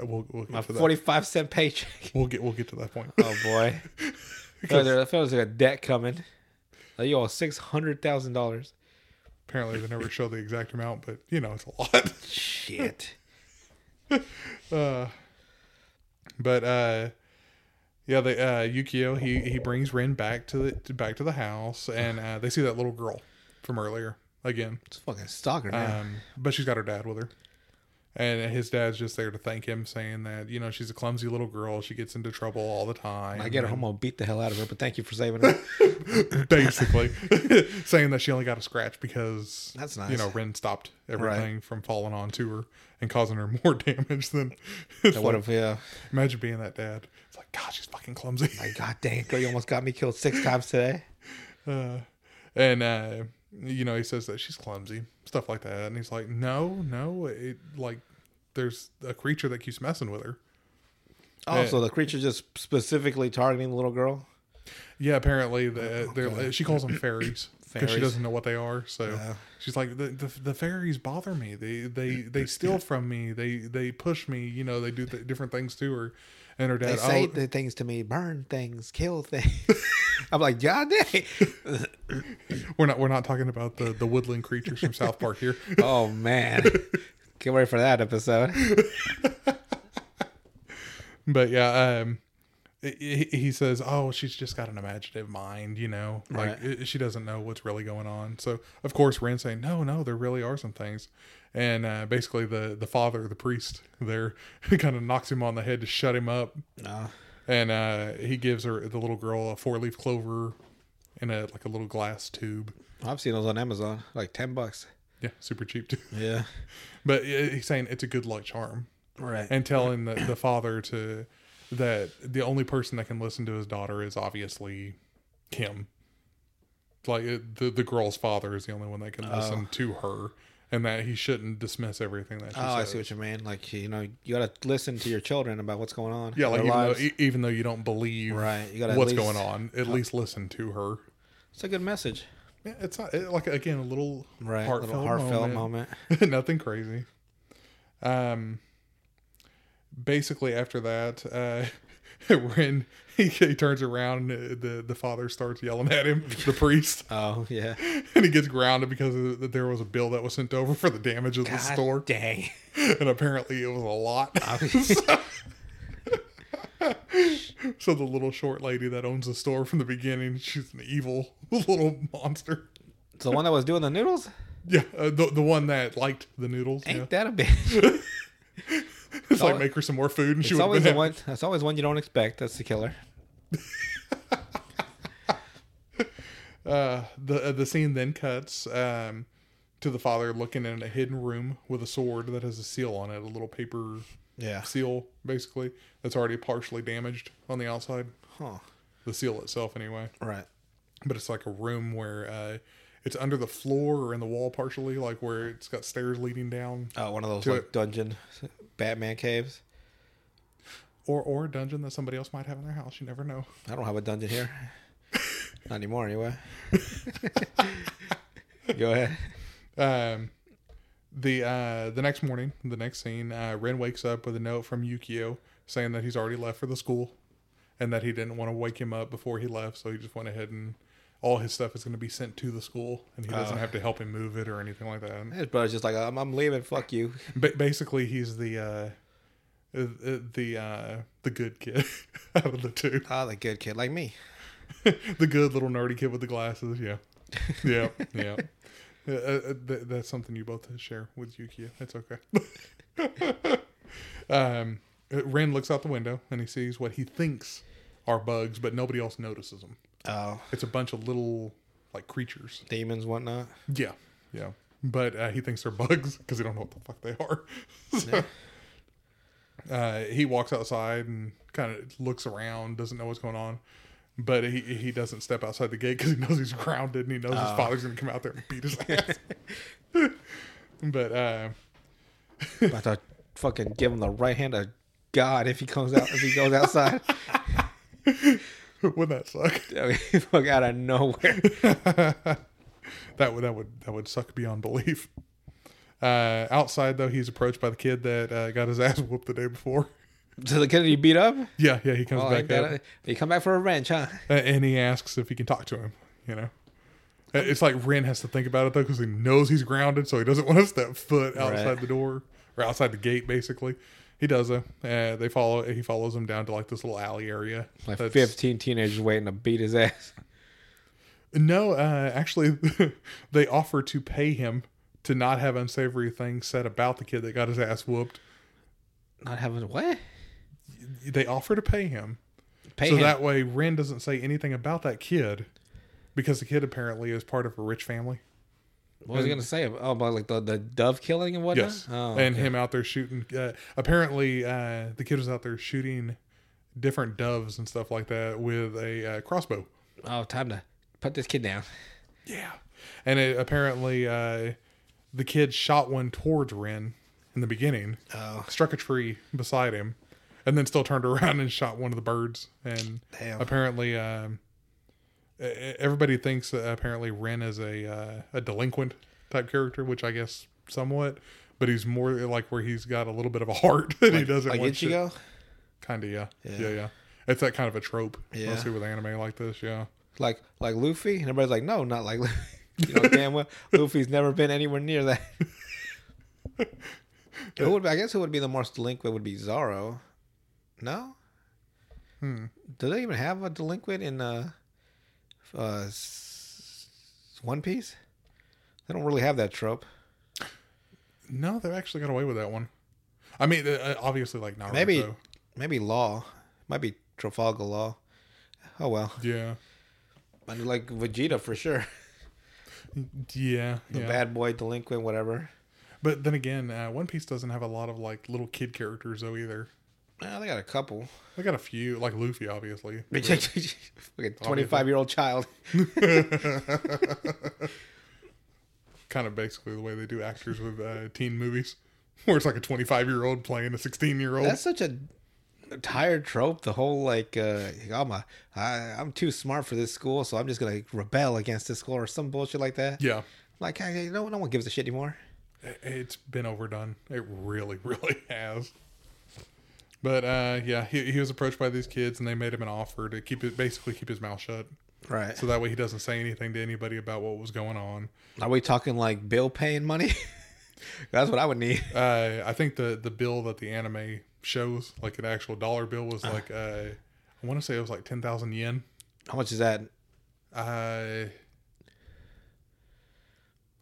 A: Uh, We'll, we'll
B: my
A: get to that.
B: forty-five cent paycheck.
A: We'll get we'll get to that point.
B: Oh boy, because there feels like a debt coming. Like, you owe six hundred thousand dollars.
A: Apparently they never show the exact amount, but you know it's a lot.
B: Shit.
A: Uh, but uh, yeah, they uh, Yukio he he brings Ren back to the to- back to the house, and uh, they see that little girl from earlier again.
B: It's fucking stalker now.
A: Um, but she's got her dad with her, and his dad's just there to thank him, saying that you know she's a clumsy little girl. She gets into trouble all the time.
B: I get her home, I'll beat the hell out of her. But thank you for saving her.
A: basically saying that she only got a scratch because
B: That's
A: You
B: nice.
A: know, Ren stopped everything from falling onto her and causing her more damage than. It's
B: What
A: like,
B: if yeah?
A: Imagine being that dad. It's like, God, she's fucking clumsy.
B: God dang, girl, you almost got me killed six times today.
A: Uh, and uh, you know, he says that she's clumsy, stuff like that. And he's like, No, no, it like there's a creature that keeps messing with her.
B: Oh, so the creature just specifically targeting the little girl.
A: Yeah, apparently the, they're she calls them fairies because she
B: Fairies.
A: doesn't know what they are. So she's like, the, the the fairies bother me. They they they steal from me. They they push me. You know, they do th- different things to her. And her
B: They
A: dad,
B: say
A: oh,
B: the things to me, burn things, kill things. I'm like, God dang.
A: we're not we're not talking about the the woodland creatures from South Park here.
B: Oh man. Get ready for that episode.
A: but yeah um he he says oh she's just got an imaginative mind you know like it- she doesn't know what's really going on so of course Ren saying no no there really are some things and uh, basically the the father the priest there kind of knocks him on the head to shut him up
B: No.
A: and uh, he gives her the little girl a four leaf clover in a like a little glass tube
B: I've seen those on Amazon, like ten bucks.
A: yeah super cheap too
B: Yeah.
A: but uh, he's saying it's a good luck charm
B: Right.
A: and telling the, the father to that the only person that can listen to his daughter is obviously him. Like it- the the girl's father is the only one that can listen to her and that he shouldn't dismiss everything that she
B: Oh, I
A: says.
B: see what you mean. Like you know, you gotta listen to your children about what's going on.
A: yeah, like
B: their
A: even though,
B: lives.
A: e- even though you don't believe
B: right. You gotta at
A: what's
B: least-
A: going on, at least listen to her.
B: It's a good message,
A: Yeah, it's not it, like again a little
B: right?
A: heartfelt,
B: Little heartfelt
A: moment.
B: moment.
A: Nothing crazy. Um, basically, after that, uh, when he, he turns around, and uh, the the father starts yelling at him, the priest,
B: Oh yeah.
A: and he gets grounded because of, that there was a bill that was sent over for the damage of the
B: God
A: store,
B: Dang.
A: and apparently it was a lot. so the little short lady that owns the store from the beginning, she's an evil little monster.
B: It's the one that was doing the noodles.
A: Yeah, uh, the the one that liked the noodles.
B: Ain't
A: yeah.
B: that a bitch?
A: It's like
B: al-
A: make her some more food, and she
B: It's
A: would
B: always
A: have
B: the
A: been
B: one. That's always one you don't expect. That's the killer.
A: uh, the uh, the scene then cuts um, to the father looking in a hidden room with a sword that has a seal on it, a little paper
B: Yeah.
A: seal basically that's already partially damaged on the outside,
B: Huh.
A: the seal itself anyway.
B: Right.
A: But it's like a room where uh, it's under the floor or in the wall partially, like where it's got stairs leading down,
B: Oh, one of those
A: To
B: like
A: it.
B: dungeon Batman caves.
A: or or a dungeon that somebody else might have in their house. You never know.
B: I don't have a dungeon here. Not anymore, anyway. Go ahead.
A: Um, the uh, the next morning, the next scene, uh, Ren wakes up with a note from Yukio saying that he's already left for the school, and that he didn't want to wake him up before he left, so he just went ahead and all his stuff is going to be sent to the school, and he doesn't
B: Oh.
A: have to help him move it or anything like that.
B: His brother's just like, I'm, I'm leaving. Fuck you.
A: Ba basically, he's the uh, uh, uh, the uh, the good kid out of the two,
B: Ah, the good kid like me.
A: the good little nerdy kid with the glasses. Yeah, yeah, yeah. Uh, uh, th- that's something you both share with Yukio. It's okay. um, uh, Ren looks out the window and he sees what he thinks are bugs, but nobody else notices them.
B: Oh,
A: It's a bunch of little like creatures.
B: demons, whatnot.
A: Yeah, yeah. But uh, he thinks they're bugs because he don't know what the fuck they are. So, uh, he walks outside and kind of looks around, doesn't know what's going on. But he he doesn't step outside the gate because he knows he's grounded and he knows
B: Ah.
A: his father's gonna come out there and beat his ass. but uh,
B: About to fucking give him the right hand of God if he comes out if he goes outside.
A: wouldn't that suck?
B: I mean, fuck out of nowhere.
A: That would that would that would suck beyond belief. Uh, outside though, he's approached by the kid that uh, got his ass whooped the day before.
B: So the kid he beat up.
A: Yeah, yeah, he comes
B: Oh,
A: back up.
B: that, he come back for revenge, huh?
A: Uh, and he asks if he can talk to him. You know, Uh, it's like Ren has to think about it though because he knows he's grounded, so he doesn't want to step foot outside
B: Right.
A: the door or outside the gate. Basically, he does though. Uh, they follow. He follows him down to like this little alley area.
B: Like
A: that's-
B: fifteen teenagers waiting to beat his ass.
A: No, uh, actually, they offer to pay him to not have unsavory things said about the kid that got his ass whooped.
B: Not having what?
A: They offer to pay him,
B: Pay
A: so
B: him.
A: that way Ren doesn't say anything about that kid because the kid apparently is part of a rich family.
B: what was he gonna say? Oh, about like the, the dove killing and whatnot.
A: Yes,
B: Oh,
A: and
B: okay.
A: him out there shooting. Uh, apparently, uh, the kid was out there shooting different doves and stuff like that with a uh, crossbow.
B: Oh, time to put this kid down.
A: Yeah, and it, apparently, uh, the kid shot one towards Ren in the beginning,
B: Oh,
A: struck a tree beside him, and then still turned around and shot one of the birds. And
B: Damn.
A: apparently, um, e- e- everybody thinks that apparently Ren is a uh, a delinquent type character, which I guess somewhat. But he's more like where he's got a little bit of a heart and he doesn't
B: like
A: want shit.
B: Ichigo,
A: Kind of, yeah. yeah,
B: Yeah.
A: yeah, It's that kind of a trope,
B: Yeah.
A: mostly with anime like this. Yeah,
B: like like Luffy, and everybody's like, no, not like Luffy. You know, damn well, Luffy's never been anywhere near that. who would I guess who would be the most delinquent would be Zoro. No,
A: Hmm.
B: do they even have a delinquent in uh, uh, s- One Piece? They don't really have that trope.
A: No, they actually got away with that one. I mean, uh, obviously, like Naruto.
B: Maybe- Maybe Law, might be Trafalgar Law. Oh well,
A: Yeah,
B: I mean, like Vegeta for sure.
A: yeah,
B: The
A: yeah.
B: bad boy, delinquent, whatever.
A: But then again, uh, One Piece doesn't have a lot of like little kid characters though either.
B: Well, they got a couple.
A: They got a few, like Luffy, obviously.
B: Twenty-five year old child.
A: kind of basically the way they do actors with uh, teen movies, where it's like a 25 year old playing a 16 year old.
B: That's such a tired trope. The whole like, uh, I'm a, I, I'm too smart for this school, so I'm just gonna rebel against this school or some bullshit like that.
A: Yeah,
B: Like, hey, no, no one gives a shit anymore.
A: I- it's been overdone. It really, really has. But uh, yeah, he, he was approached by these kids, and they made him an offer to keep it basically keep his mouth shut,
B: Right.
A: so that way he doesn't say anything to anybody about what was going on.
B: Are we talking like bill paying money? That's what I would need.
A: Uh, I think the the bill that the anime shows, like an actual dollar bill, was like uh, I want to say it was like ten thousand yen.
B: How much is that?
A: Uh,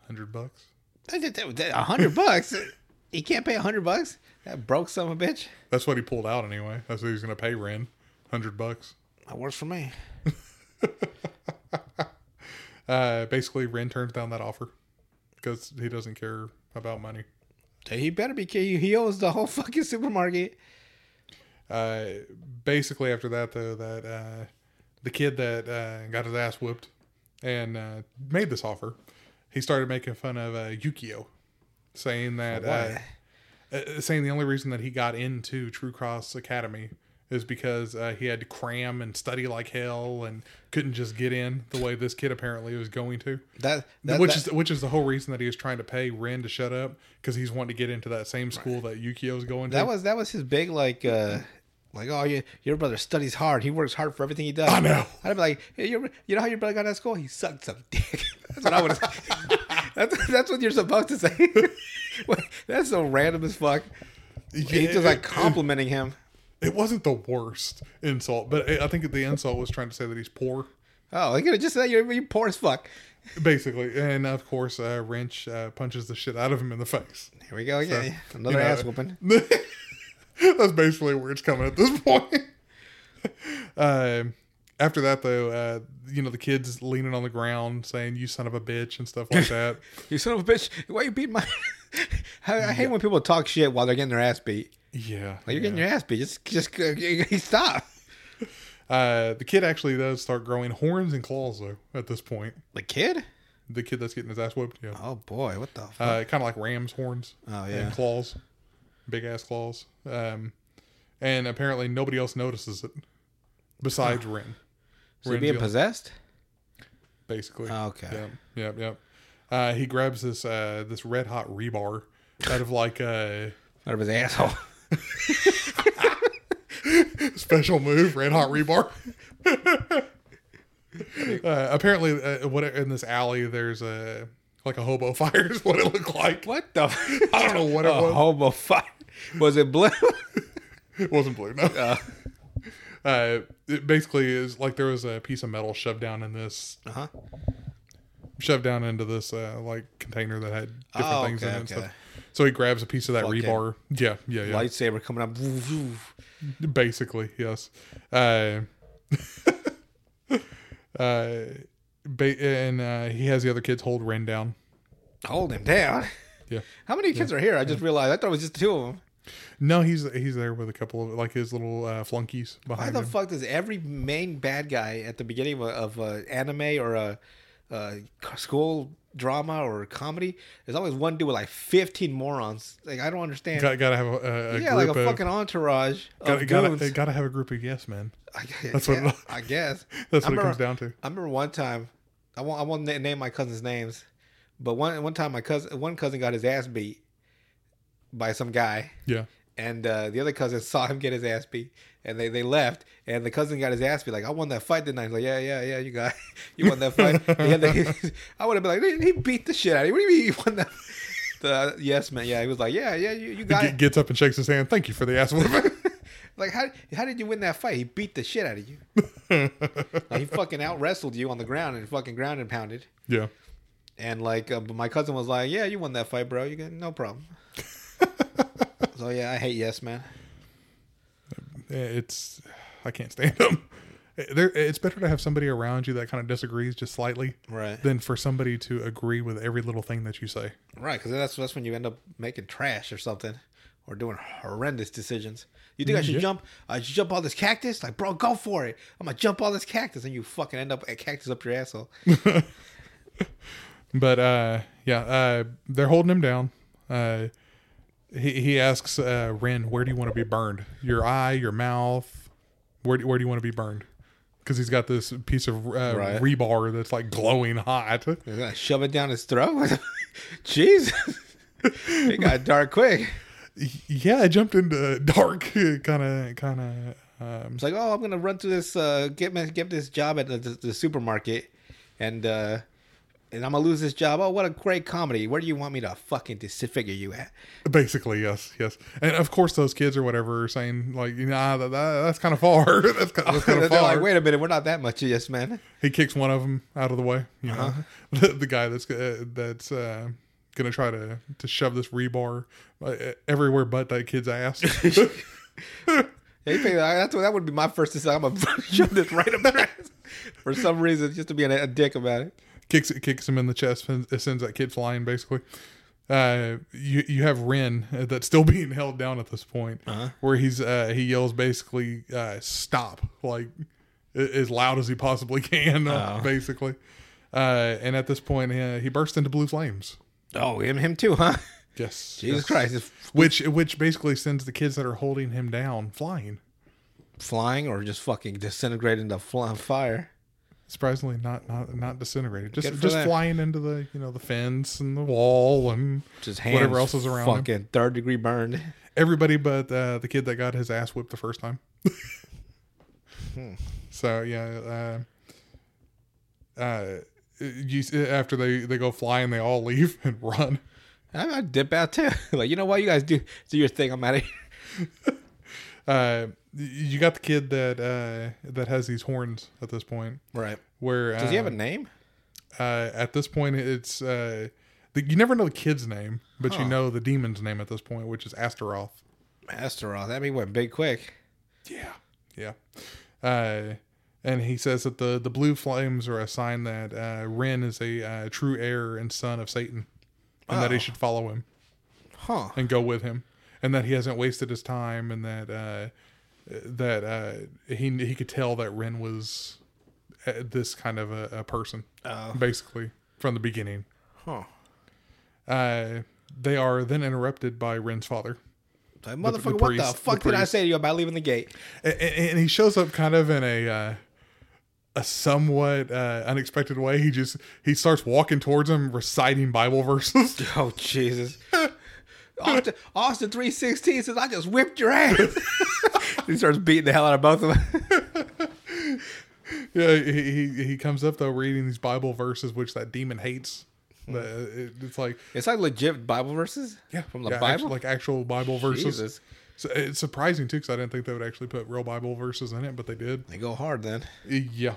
A: hundred bucks.
B: That- that- that- that- A hundred bucks. You can't pay a hundred bucks. That broke some of a bitch.
A: That's what he pulled out anyway. That's what he's gonna pay Ren, hundred bucks.
B: That works for me.
A: Uh, basically, Ren turns down that offer because he doesn't care about money.
B: He better be kidding you. He owns the whole fucking supermarket.
A: Uh, basically, after that though, that uh, the kid that uh, got his ass whooped and uh, made this offer, he started making fun of uh, Yukio, saying that uh,
B: Why?
A: uh, saying the only reason that he got into True Cross Academy is because uh, he had to cram and study like hell and couldn't just get in the way this kid apparently was going to.
B: That, that
A: which
B: that-
A: is which is the whole reason that he was trying to pay Ren to shut up because he's wanting to get into that same school that Yukio's going to.
B: That was that was his big like uh like oh your your brother studies hard. He works hard for everything he does.
A: I know.
B: I'd be like, hey, your, you know how your brother got out of school? He sucked some dick. That's what I would. that's that's what you're supposed to say. Wait, that's so random as fuck. He's just like complimenting him.
A: it wasn't the worst insult, but I I think the insult was trying to say that he's poor,
B: Oh, he could have just said you're, you're poor as fuck.
A: basically. And of course, uh, Wrench uh, punches the shit out of him in the face.
B: Here we go again. Another
A: You know,
B: ass whooping.
A: That's basically where it's coming at this point. uh, after that, though, uh, you know the kid's leaning on the ground saying "you son of a bitch" and stuff like that.
B: You son of a bitch. Why you beat my? I, I hate when people talk shit while they're getting their ass beat.
A: yeah,
B: Like, you're
A: yeah.
B: getting your ass beat. Just just uh, stop.
A: Uh, the kid actually does start growing horns and claws though. At this point,
B: The kid.
A: the kid that's getting his ass whooped, yeah,
B: Oh boy, what the fuck?
A: uh, kind of like ram's horns
B: Oh, yeah.
A: and claws, big ass claws. Um, and apparently nobody else notices it besides
B: Oh.
A: Ren.
B: so you being
A: Renfield,
B: possessed?
A: basically.
B: Oh, okay.
A: Yep. Yep. Yep. Uh, he grabs this uh, this red hot rebar out of like uh, a
B: Out of his asshole.
A: special move, red hot rebar. uh, apparently, uh, what in this alley there's a like a hobo fire is what it looked like.
B: What the? F-
A: I don't know what it
B: a
A: was.
B: homo fight. Was it blue? Uh-huh. Oh.
A: It wasn't blue. No. Uh, it basically is like there was a piece of metal shoved down in this,
B: Uh-huh.
A: shoved down into this uh, like container that had different
B: Oh,
A: things in
B: okay,
A: it and
B: okay.
A: stuff. So he grabs a piece of that
B: it.
A: rebar. Yeah, yeah, yeah.
B: Lightsaber coming up. Woof, woof.
A: Basically, yes. Uh, uh, ba- and uh, he has the other kids hold Ren down.
B: Hold him down.
A: Yeah.
B: How many kids are here? I just realized. I thought it was just the two of them.
A: No, he's he's there with a couple of like his little uh, flunkies
B: Why
A: behind
B: the
A: him.
B: fuck does every main bad guy at the beginning of, a, of a anime or a, a school drama or comedy? There's always one dude with like 15 morons. Like I don't understand.
A: Got, gotta have a, a, a
B: yeah, like
A: group
B: a
A: of
B: fucking entourage
A: gotta,
B: of
A: gotta,
B: goons.
A: gotta have a group of yes men.
B: I guess,
A: That's what it-
B: I guess.
A: That's
B: I
A: what it comes
B: remember-
A: down to.
B: I remember one time, I won't, I won't na- name my cousin's names, but one one time my cousin one cousin got his ass beat by some guy,
A: Yeah.
B: and uh, the other cousin saw him get his ass beat, and they, they left, and the cousin got his ass beat like I won that fight tonight. He's like yeah yeah yeah you got you won that fight. He had the- I would have been like he beat the shit out of you. What do you mean you won that? The uh, yes man yeah he was like yeah yeah you, you got
A: Get,
B: it.
A: gets up and shakes his hand. Thank you for the ass whooping.
B: Like how how did you win that fight? He beat the shit out of you. Like, he fucking out wrestled you on the ground and fucking ground and pounded.
A: yeah.
B: And like, uh, but my cousin was like, "Yeah, you won that fight, bro. You got no problem." so yeah, I hate yes man.
A: Eh, It's I can't stand them. There, it's better to have somebody around you that kind of disagrees just slightly,
B: Right.
A: Than for somebody to agree with every little thing that you say.
B: Right, because that's that's when you end up making trash or something, or doing horrendous decisions. You think I should
A: Yeah.
B: jump? I should jump all this cactus? Like, bro, go for it. I'm gonna jump all this cactus, and you fucking end up a cactus up your asshole.
A: But uh, yeah, uh, they're holding him down. Uh, he he asks uh, Ren, "Where do you want to be burned? Your eye, your mouth? Where do, where do you want to be burned?" Because he's got this piece of uh,
B: Right.
A: rebar that's like glowing hot.
B: They're gonna shove it down his throat. Jesus, it got dark quick.
A: Yeah, I jumped into dark kind of kind of. Um,
B: It's like, oh, I'm gonna run through this, uh, get my, get this job at the, the, the supermarket, and uh, and I'm gonna lose this job. Oh, what a great comedy! Where do you want me to fucking disfigure you at?
A: basically, yes, yes, and of course those kids or whatever are saying like, "Nah, that, that, that's kind of far. that's kind of
B: They're
A: far."
B: like, wait a minute, we're not that much of yes man.
A: he kicks one of them out of the way. You know, the, the guy that's uh, that's uh, gonna try to to shove this rebar uh, everywhere but that kid's ass.
B: Yeah, you think that- that's what- that would be my first decision. I'm gonna shove this right up their ass for some reason, just to be a, a dick about it.
A: kicks kicks him in the chest and sends that kid flying. Basically, uh, you you have Ren uh, that's still being held down at this point, where he's uh, he yells basically uh, stop like a- as loud as he possibly can, uh, basically. Uh, and at this point, uh, he bursts into blue flames.
B: Oh, him, him too, huh?
A: Yes,
B: Jesus
A: yes.
B: Christ, is
A: which which basically sends the kids that are holding him down flying.
B: flying or just fucking disintegrating into fl- uh, fire?
A: Surprisingly, not not not disintegrated. Just
B: Good for
A: just
B: them.
A: flying into the you know the fence and the wall and
B: Just hands
A: whatever else is around. them.
B: Fucking third degree burned.
A: Everybody but uh, the kid that got his ass whipped the first time.
B: Hmm.
A: So yeah, uh, uh, you after they they go flying, they all leave and run.
B: I, I dip out too. like, you know what? You guys do do your thing. I'm out of here.
A: Uh, you got the kid that uh, that has these horns at this point.
B: Right.
A: Where
B: Does he have a
A: um,
B: name?
A: uh, at this point it's uh, the, you never know the kid's name but you know the demon's name at this point which is astaroth
B: Astaroth. That mean went big quick.
A: yeah yeah uh, and he says that the, the blue flames are a sign that uh, ren is a uh, true heir and son of satan and that he
B: Oh.
A: should follow him
B: Huh.
A: and go with him and that he hasn't wasted his time and that uh, that uh, he, he could tell that ren was uh, this kind of a, a person
B: Oh.
A: basically from the beginning
B: Huh.
A: Uh, they are then interrupted by Ren's father,
B: Like, motherfucker,
A: the
B: what the
A: priest- the
B: fuck did I
A: priest.
B: say to you about leaving the gate?
A: and, and he shows up kind of in a uh, a somewhat uh, unexpected way. He just he starts walking towards him, reciting Bible verses.
B: Oh Jesus. Austin, Austin three sixteen says I just whipped your ass. he starts beating the hell out of both of them.
A: yeah, he, he he comes up though reading these Bible verses, which that demon hates. The- uh, it- it's like
B: It's like legit Bible verses.
A: yeah,
B: from the
A: yeah, act-
B: Bible.
A: like actual Bible verses.
B: Jesus,
A: So it's surprising too, because I didn't think they would actually put real Bible verses in it, but they did.
B: they go hard then.
A: Yeah.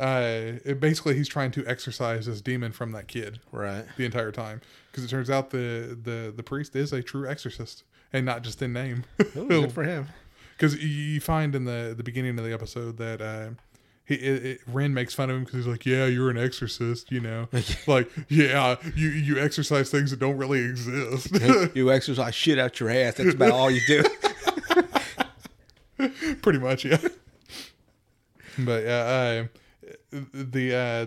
A: Uh, it- basically, he's trying to exorcise this demon from that kid.
B: Right.
A: the entire time because it turns out the, the the priest is a true exorcist and not just in name
B: Ooh, good for him.
A: because you find in the the beginning of the episode that uh he, it, it, Ren makes fun of him because he's like, "Yeah, you're an exorcist, you know, like, yeah, you you exorcise things that don't really exist."
B: You exercise shit out your ass. That's about all you do.
A: pretty much yeah but yeah uh, the uh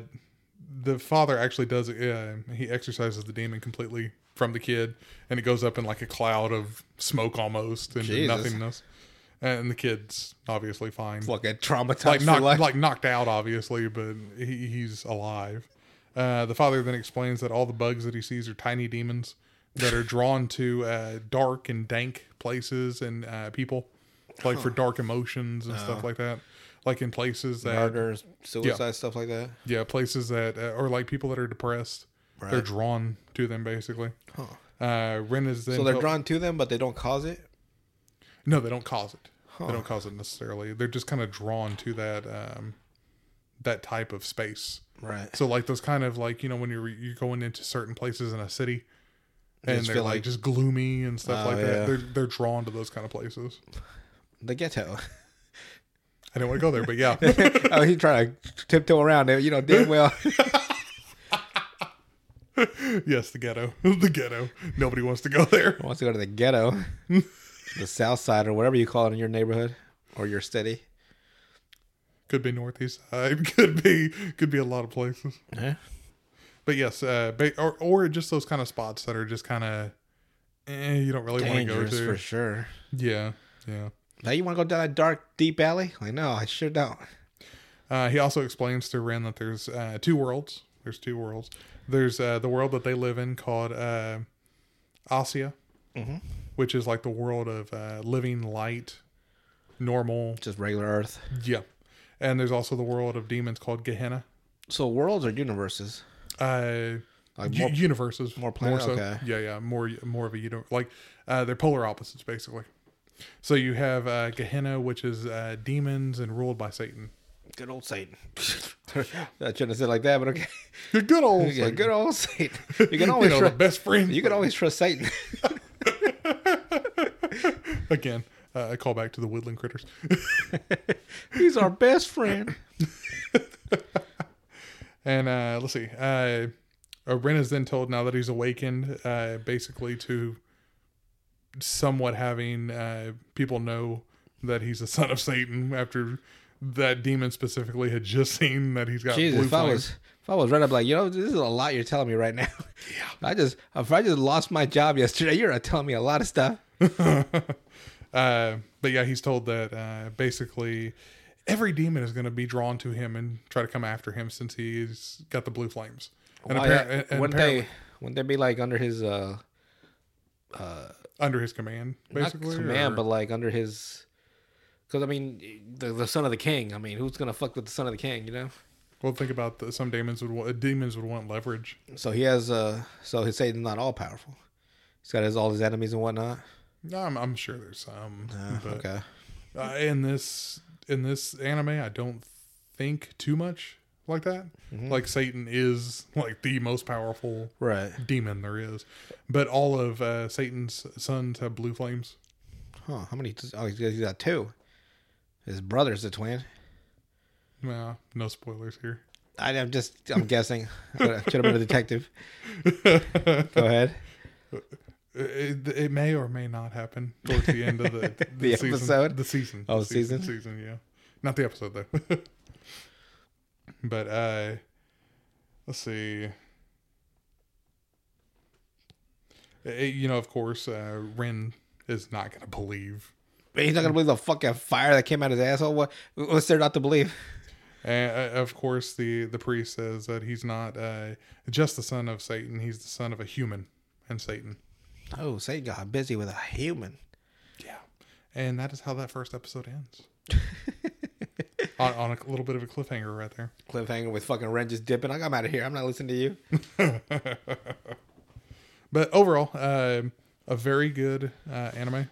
A: the father actually does uh, he exercises the demon completely from the kid and it goes up in like a cloud of smoke almost and
B: Jesus.
A: nothingness and the kid's obviously fine
B: Fucking traumatized
A: like
B: for
A: knocked
B: life.
A: like knocked out obviously but he, he's alive uh, the father then explains that all the bugs that he sees are tiny demons that are drawn to uh, dark and dank places and uh, people like for dark emotions and
B: Uh-huh.
A: stuff like that like in places that
B: murders, suicide, stuff like that.
A: yeah places that uh, or like people that are depressed they're
B: Right.
A: drawn to them basically uh, Ren is then
B: So they're
A: hel-
B: drawn to them, but they don't cause it.
A: No, they don't cause it. They don't cause it necessarily. They're just kind of drawn to that um, that type of space.
B: Right.
A: So like those kind of like you know when you're you're going into certain places in a city, and
B: just
A: they're
B: feel
A: like,
B: like-
A: just gloomy and stuff
B: Oh,
A: like
B: yeah.
A: that. They're they're drawn to those kind of places.
B: The ghetto.
A: I didn't want to go there, but yeah,
B: oh, he trying to tiptoe around it. You know, damn well.
A: yes, the ghetto, the ghetto. Nobody wants to go there.
B: wants to go to the ghetto, the south side, or whatever you call it in your neighborhood or your city.
A: Could be northeast side. Could be could be a lot of places.
B: Yeah.
A: But yes, uh, ba- or or just those kind of spots that are just kind of eh, you don't really want to go
B: dangerous
A: to.
B: for sure.
A: Yeah, yeah.
B: Now you want to go down that dark, deep alley? Like, no, I sure don't.
A: Uh, he also explains to Ren that there's uh, two worlds. There's two worlds. There's uh, the world that they live in called uh, Ossia,
B: Mhm.
A: which is like the world of uh, living light, normal.
B: Just regular Earth.
A: Yeah. And there's also the world of demons called Gehenna.
B: So worlds or universes?
A: Uh,
B: Like
A: u-
B: more,
A: universes,
B: more planet?
A: so.
B: Okay.
A: Yeah, yeah, more more of a universe. Like uh, they're polar opposites, basically. So you have uh, Gehenna, which is uh, demons and ruled by Satan.
B: good old Satan. I shouldn't have said it like that, but okay.
A: Good good old,
B: Yeah,
A: Satan.
B: good old Satan. You can always
A: you know, the
B: trust.
A: best friend.
B: You can always trust Satan.
A: Again, uh, a call back to the woodland critters.
B: He's our best friend.
A: and uh, let's see. Uh, uh, Ren is then told now that he's awakened, uh, basically to somewhat having uh, people know that he's a son of Satan after that demon specifically had just seen that he's got
B: Jesus,
A: blue
B: if I
A: flames.
B: was if I was right up like, you know, this is a lot you're telling me right now. I just if I just lost my job yesterday, you're telling me a lot of stuff.
A: uh, but yeah, he's told that uh, basically every demon is going to be drawn to him and try to come after him since he's got the blue flames. And,
B: Why,
A: appar- and- and
B: Oh, wouldn't
A: apparently
B: they wouldn't they be like under his uh
A: under his command, basically.
B: not command,
A: or-
B: but like under his because I mean the the son of the king. I mean, who's gonna fuck with the son of the king? You know.
A: Well, think about the, some demons would want, demons would want leverage.
B: So he has uh so his Satan's not all powerful. He's got his all his enemies and whatnot.
A: No, I'm, I'm sure there's some,
B: Uh,
A: but
B: okay.
A: uh, in this in this anime, I don't think too much like that.
B: Mm-hmm.
A: Like Satan is like the most powerful
B: Right.
A: demon there is, but all of uh, Satan's sons have blue flames.
B: Huh. How many oh he's got, he's got two. His brother's a twin.
A: Nah, no spoilers here.
B: I, am just I'm guessing. I should have been a detective. Go ahead.
A: It, it may or may not happen towards the end of the, the,
B: The
A: season,
B: episode?
A: The season.
B: Oh,
A: the
B: season?
A: Season, yeah. Not the episode, though. but, uh, let's see. Uh, you know, of course, uh, Ren is not going to believe.
B: Man, He's not gonna believe the fucking fire that came out of his asshole. What what's there not to believe?
A: And, uh, of course, the, the priest says that he's not uh, just the son of Satan, he's the son of a human and Satan.
B: Oh, Satan got busy with a human.
A: Yeah. And that is how that first episode ends. on, on a little bit of a cliffhanger right there.
B: Cliffhanger with fucking Ren just dipping. Like, I'm out of here. I'm not listening to you.
A: But overall, um a very good uh, anime.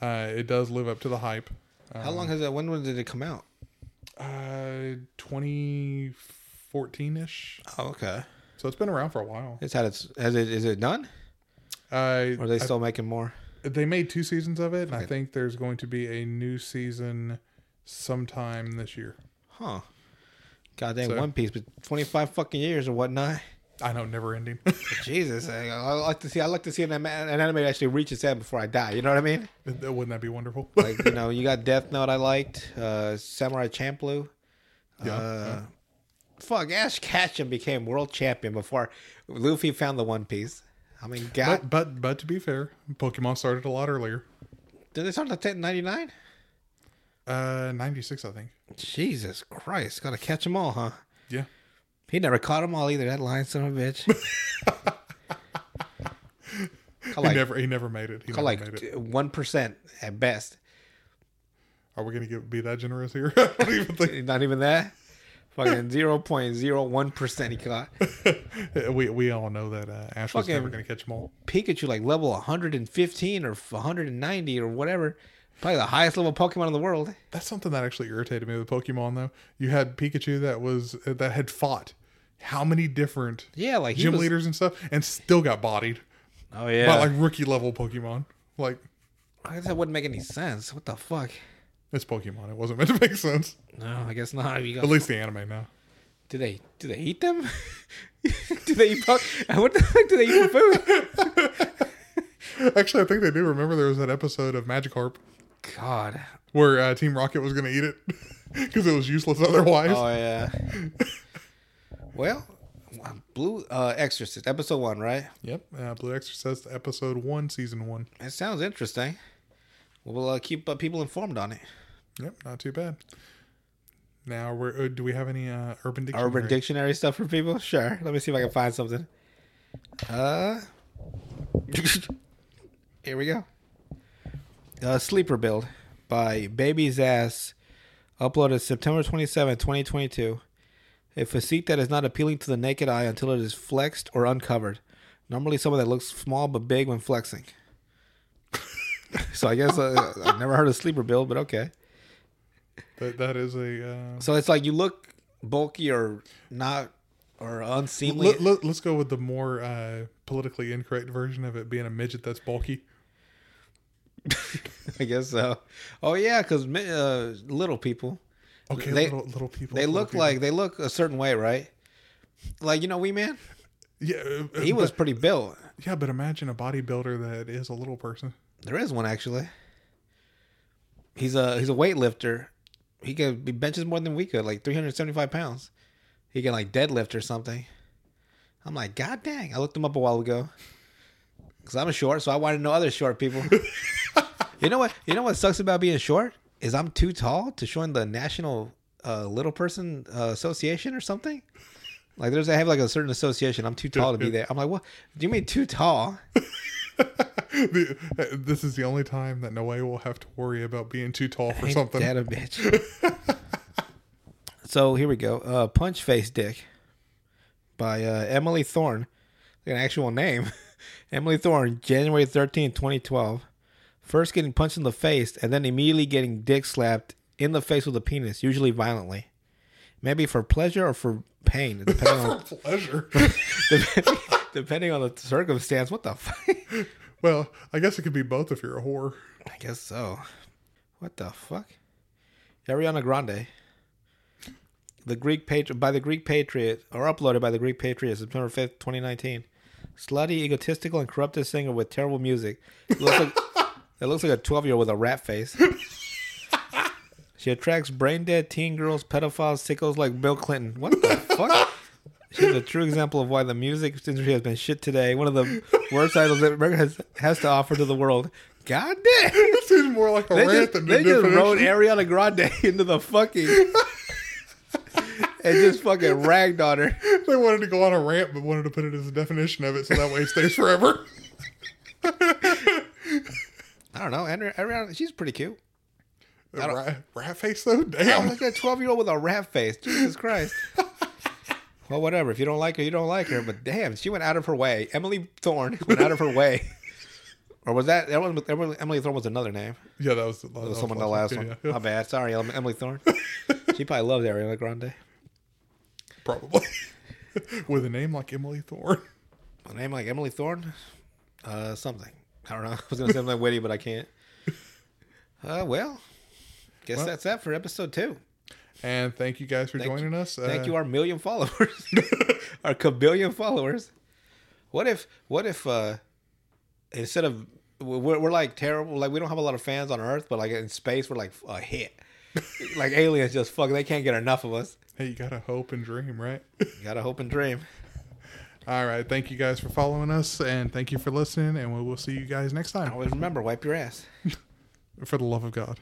A: Uh, it does live up to the hype.
B: How long has that? When when did it come out?
A: Uh, 2014 ish.
B: Oh, okay.
A: So it's been around for a while.
B: It's had its. Has it? Is it done?
A: Uh,
B: Or are they still making more?
A: they made two seasons of it, and I think there's going to be a new season sometime this year.
B: Huh. Goddamn
A: So-
B: One Piece, but 25 fucking years or whatnot.
A: I know, never ending.
B: Jesus, I, I like to see. I like to see an, anime- an anime actually reach its end before I die. You know what I mean?
A: Wouldn't that be wonderful?
B: Like you know, you got Death Note. I liked uh, Samurai Champloo.
A: Yeah,
B: Uh, Fuck, Ash Ketchum became world champion before Luffy found the One Piece. I mean, God,
A: But, but but to be fair, Pokemon started a lot earlier.
B: did they start at ninety nine?
A: Uh, ninety six, I think.
B: Jesus Christ, gotta catch them all, huh?
A: Yeah.
B: He never caught them all either. That lying son of a bitch. I
A: he
B: like
A: never he never made it. He
B: I
A: never made it.
B: like one percent at best.
A: Are we gonna get, be that generous here? I don't even think
B: Not even that. Fucking zero point zero one percent he caught.
A: we we all know that uh, Ash was
B: Fucking-
A: never gonna catch them all.
B: Pikachu like level one hundred and fifteen or one hundred and ninety or whatever. Probably the highest level Pokemon in the world.
A: That's something that actually irritated me with Pokemon though. You had Pikachu that was uh, that had fought how many different
B: Yeah, like he
A: gym
B: was-
A: leaders and stuff, and still got bodied
B: Oh yeah.
A: by like rookie level Pokemon. Like
B: I guess that wouldn't make any sense. What the fuck?
A: it's Pokemon. It wasn't meant to make sense.
B: No, I guess not. You
A: At
B: got,
A: least the anime now.
B: do they do they eat them? do they eat po- what the fuck do they eat for food?
A: Actually, I think they do remember there was that episode of Magikarp
B: God.
A: where uh, Team Rocket was gonna eat Oh, it because it was useless otherwise.
B: Oh yeah. well, Blue uh, Exorcist, episode one, right?
A: Yep. Uh, Blue Exorcist, episode one, season one.
B: It sounds interesting. We'll uh, keep uh, people informed on it.
A: Yep, not too bad. Now, we're, uh, do we have any uh, Urban Dictionary?
B: Urban Dictionary stuff for people? Sure. Let me see if I can find something. Uh, here we go. Uh, Sleeper Build by Baby's Ass, uploaded September 27, 2022. A physique that is not appealing to the naked eye until it is flexed or uncovered. Normally, someone that looks small but big when flexing. so I guess uh, I've never heard of Sleeper Build, but okay.
A: That, that is a. Uh,
B: So it's like you look bulky or not or unseemly.
A: let, let, let's go with the more uh, politically incorrect version of it being a midget that's bulky.
B: I guess so. Oh yeah, because uh, little people
A: Okay,
B: They-
A: little, little people.
B: they
A: little
B: look
A: people.
B: like they look a certain way, right? Like you know, Wee Man,
A: Yeah, uh,
B: he
A: uh,
B: was pretty built.
A: but- yeah, but imagine a bodybuilder that is a little person.
B: There is one actually. He's a he's a weightlifter. He could he benches more than we could, like three hundred seventy five pounds. He can like deadlift or something. I'm like, God dang! I looked him up a while ago because I'm a short, so I want to know other short people. you know what? You know what sucks about being short is I'm too tall to join the National uh, Little Person uh, Association or something. Like there's, I have like a certain association. I'm too tall to be there. I'm like, what? Do you mean too tall?
A: The- uh, this is the only time that Noe will have to worry about being too tall for
B: Ain't
A: something.
B: that a bitch. so here we go. Uh, Punch Face Dick by uh, Emily Thorne. An actual name. Emily Thorne, January 13, 2012. First getting punched in the face and then immediately getting dick slapped in the face with a penis, usually violently. Maybe for pleasure or for pain, depending on
A: Pleasure.
B: depending on the circumstance. What the fuck?
A: well, I guess it could be both if you're a whore.
B: I guess so. What the fuck? Ariana Grande. The Greek Patri- by the Greek Patriot or uploaded by the Greek Patriot September fifth, twenty nineteen. Slutty, egotistical, and corrupted singer with terrible music. It looks like, it looks like a twelve year old with a rat face. She attracts brain dead teen girls, pedophiles, sickos like Bill Clinton. What the fuck? She's a true example of why the music industry has been shit today. One of the worst titles that America has, has to offer to the world. God damn!
A: It seems more like a
B: They
A: rant
B: just,
A: than
B: they
A: a
B: just
A: definition.
B: rode Ariana Grande into the fucking and just fucking ragged on her.
A: They wanted to go on a rant, but wanted to put it as a definition of it, so that way it stays forever.
B: I don't know. Andrea- Ariana, she's pretty cute.
A: A rat, rat face though, damn.
B: Look at a twelve-year-old with a rat face. Jesus Christ. well, whatever. If you don't like her, you don't like her. But damn, she went out of her way. Emily Thorne went out of her way. Or was that that one- Emily Emily Thorne was another name?
A: Yeah, that was, that
B: It was
A: was
B: someone the last
A: too,
B: one.
A: yeah.
B: My bad. Sorry, Em- Emily Thorne. she probably loved Ariana Grande.
A: Probably with a name like Emily Thorne.
B: a name like Emily Thorne, uh, something. I don't know. I was gonna say something witty, but I can't. Uh, well, guess that's that for episode two.
A: And thank you guys for joining us. Uh,
B: Thank you, our million followers, our kabillion followers. What if? What if? uh Instead of we're, we're like terrible, like we don't have a lot of fans on Earth, but like in space, we're like a hit. like aliens just fuck, they can't get enough of us.
A: Hey, you gotta hope and dream, right?
B: Gotta hope and dream.
A: All right. Thank you guys for following us, and thank you for listening. And we will see you guys next time.
B: Always remember, wipe your ass.
A: For the love of God.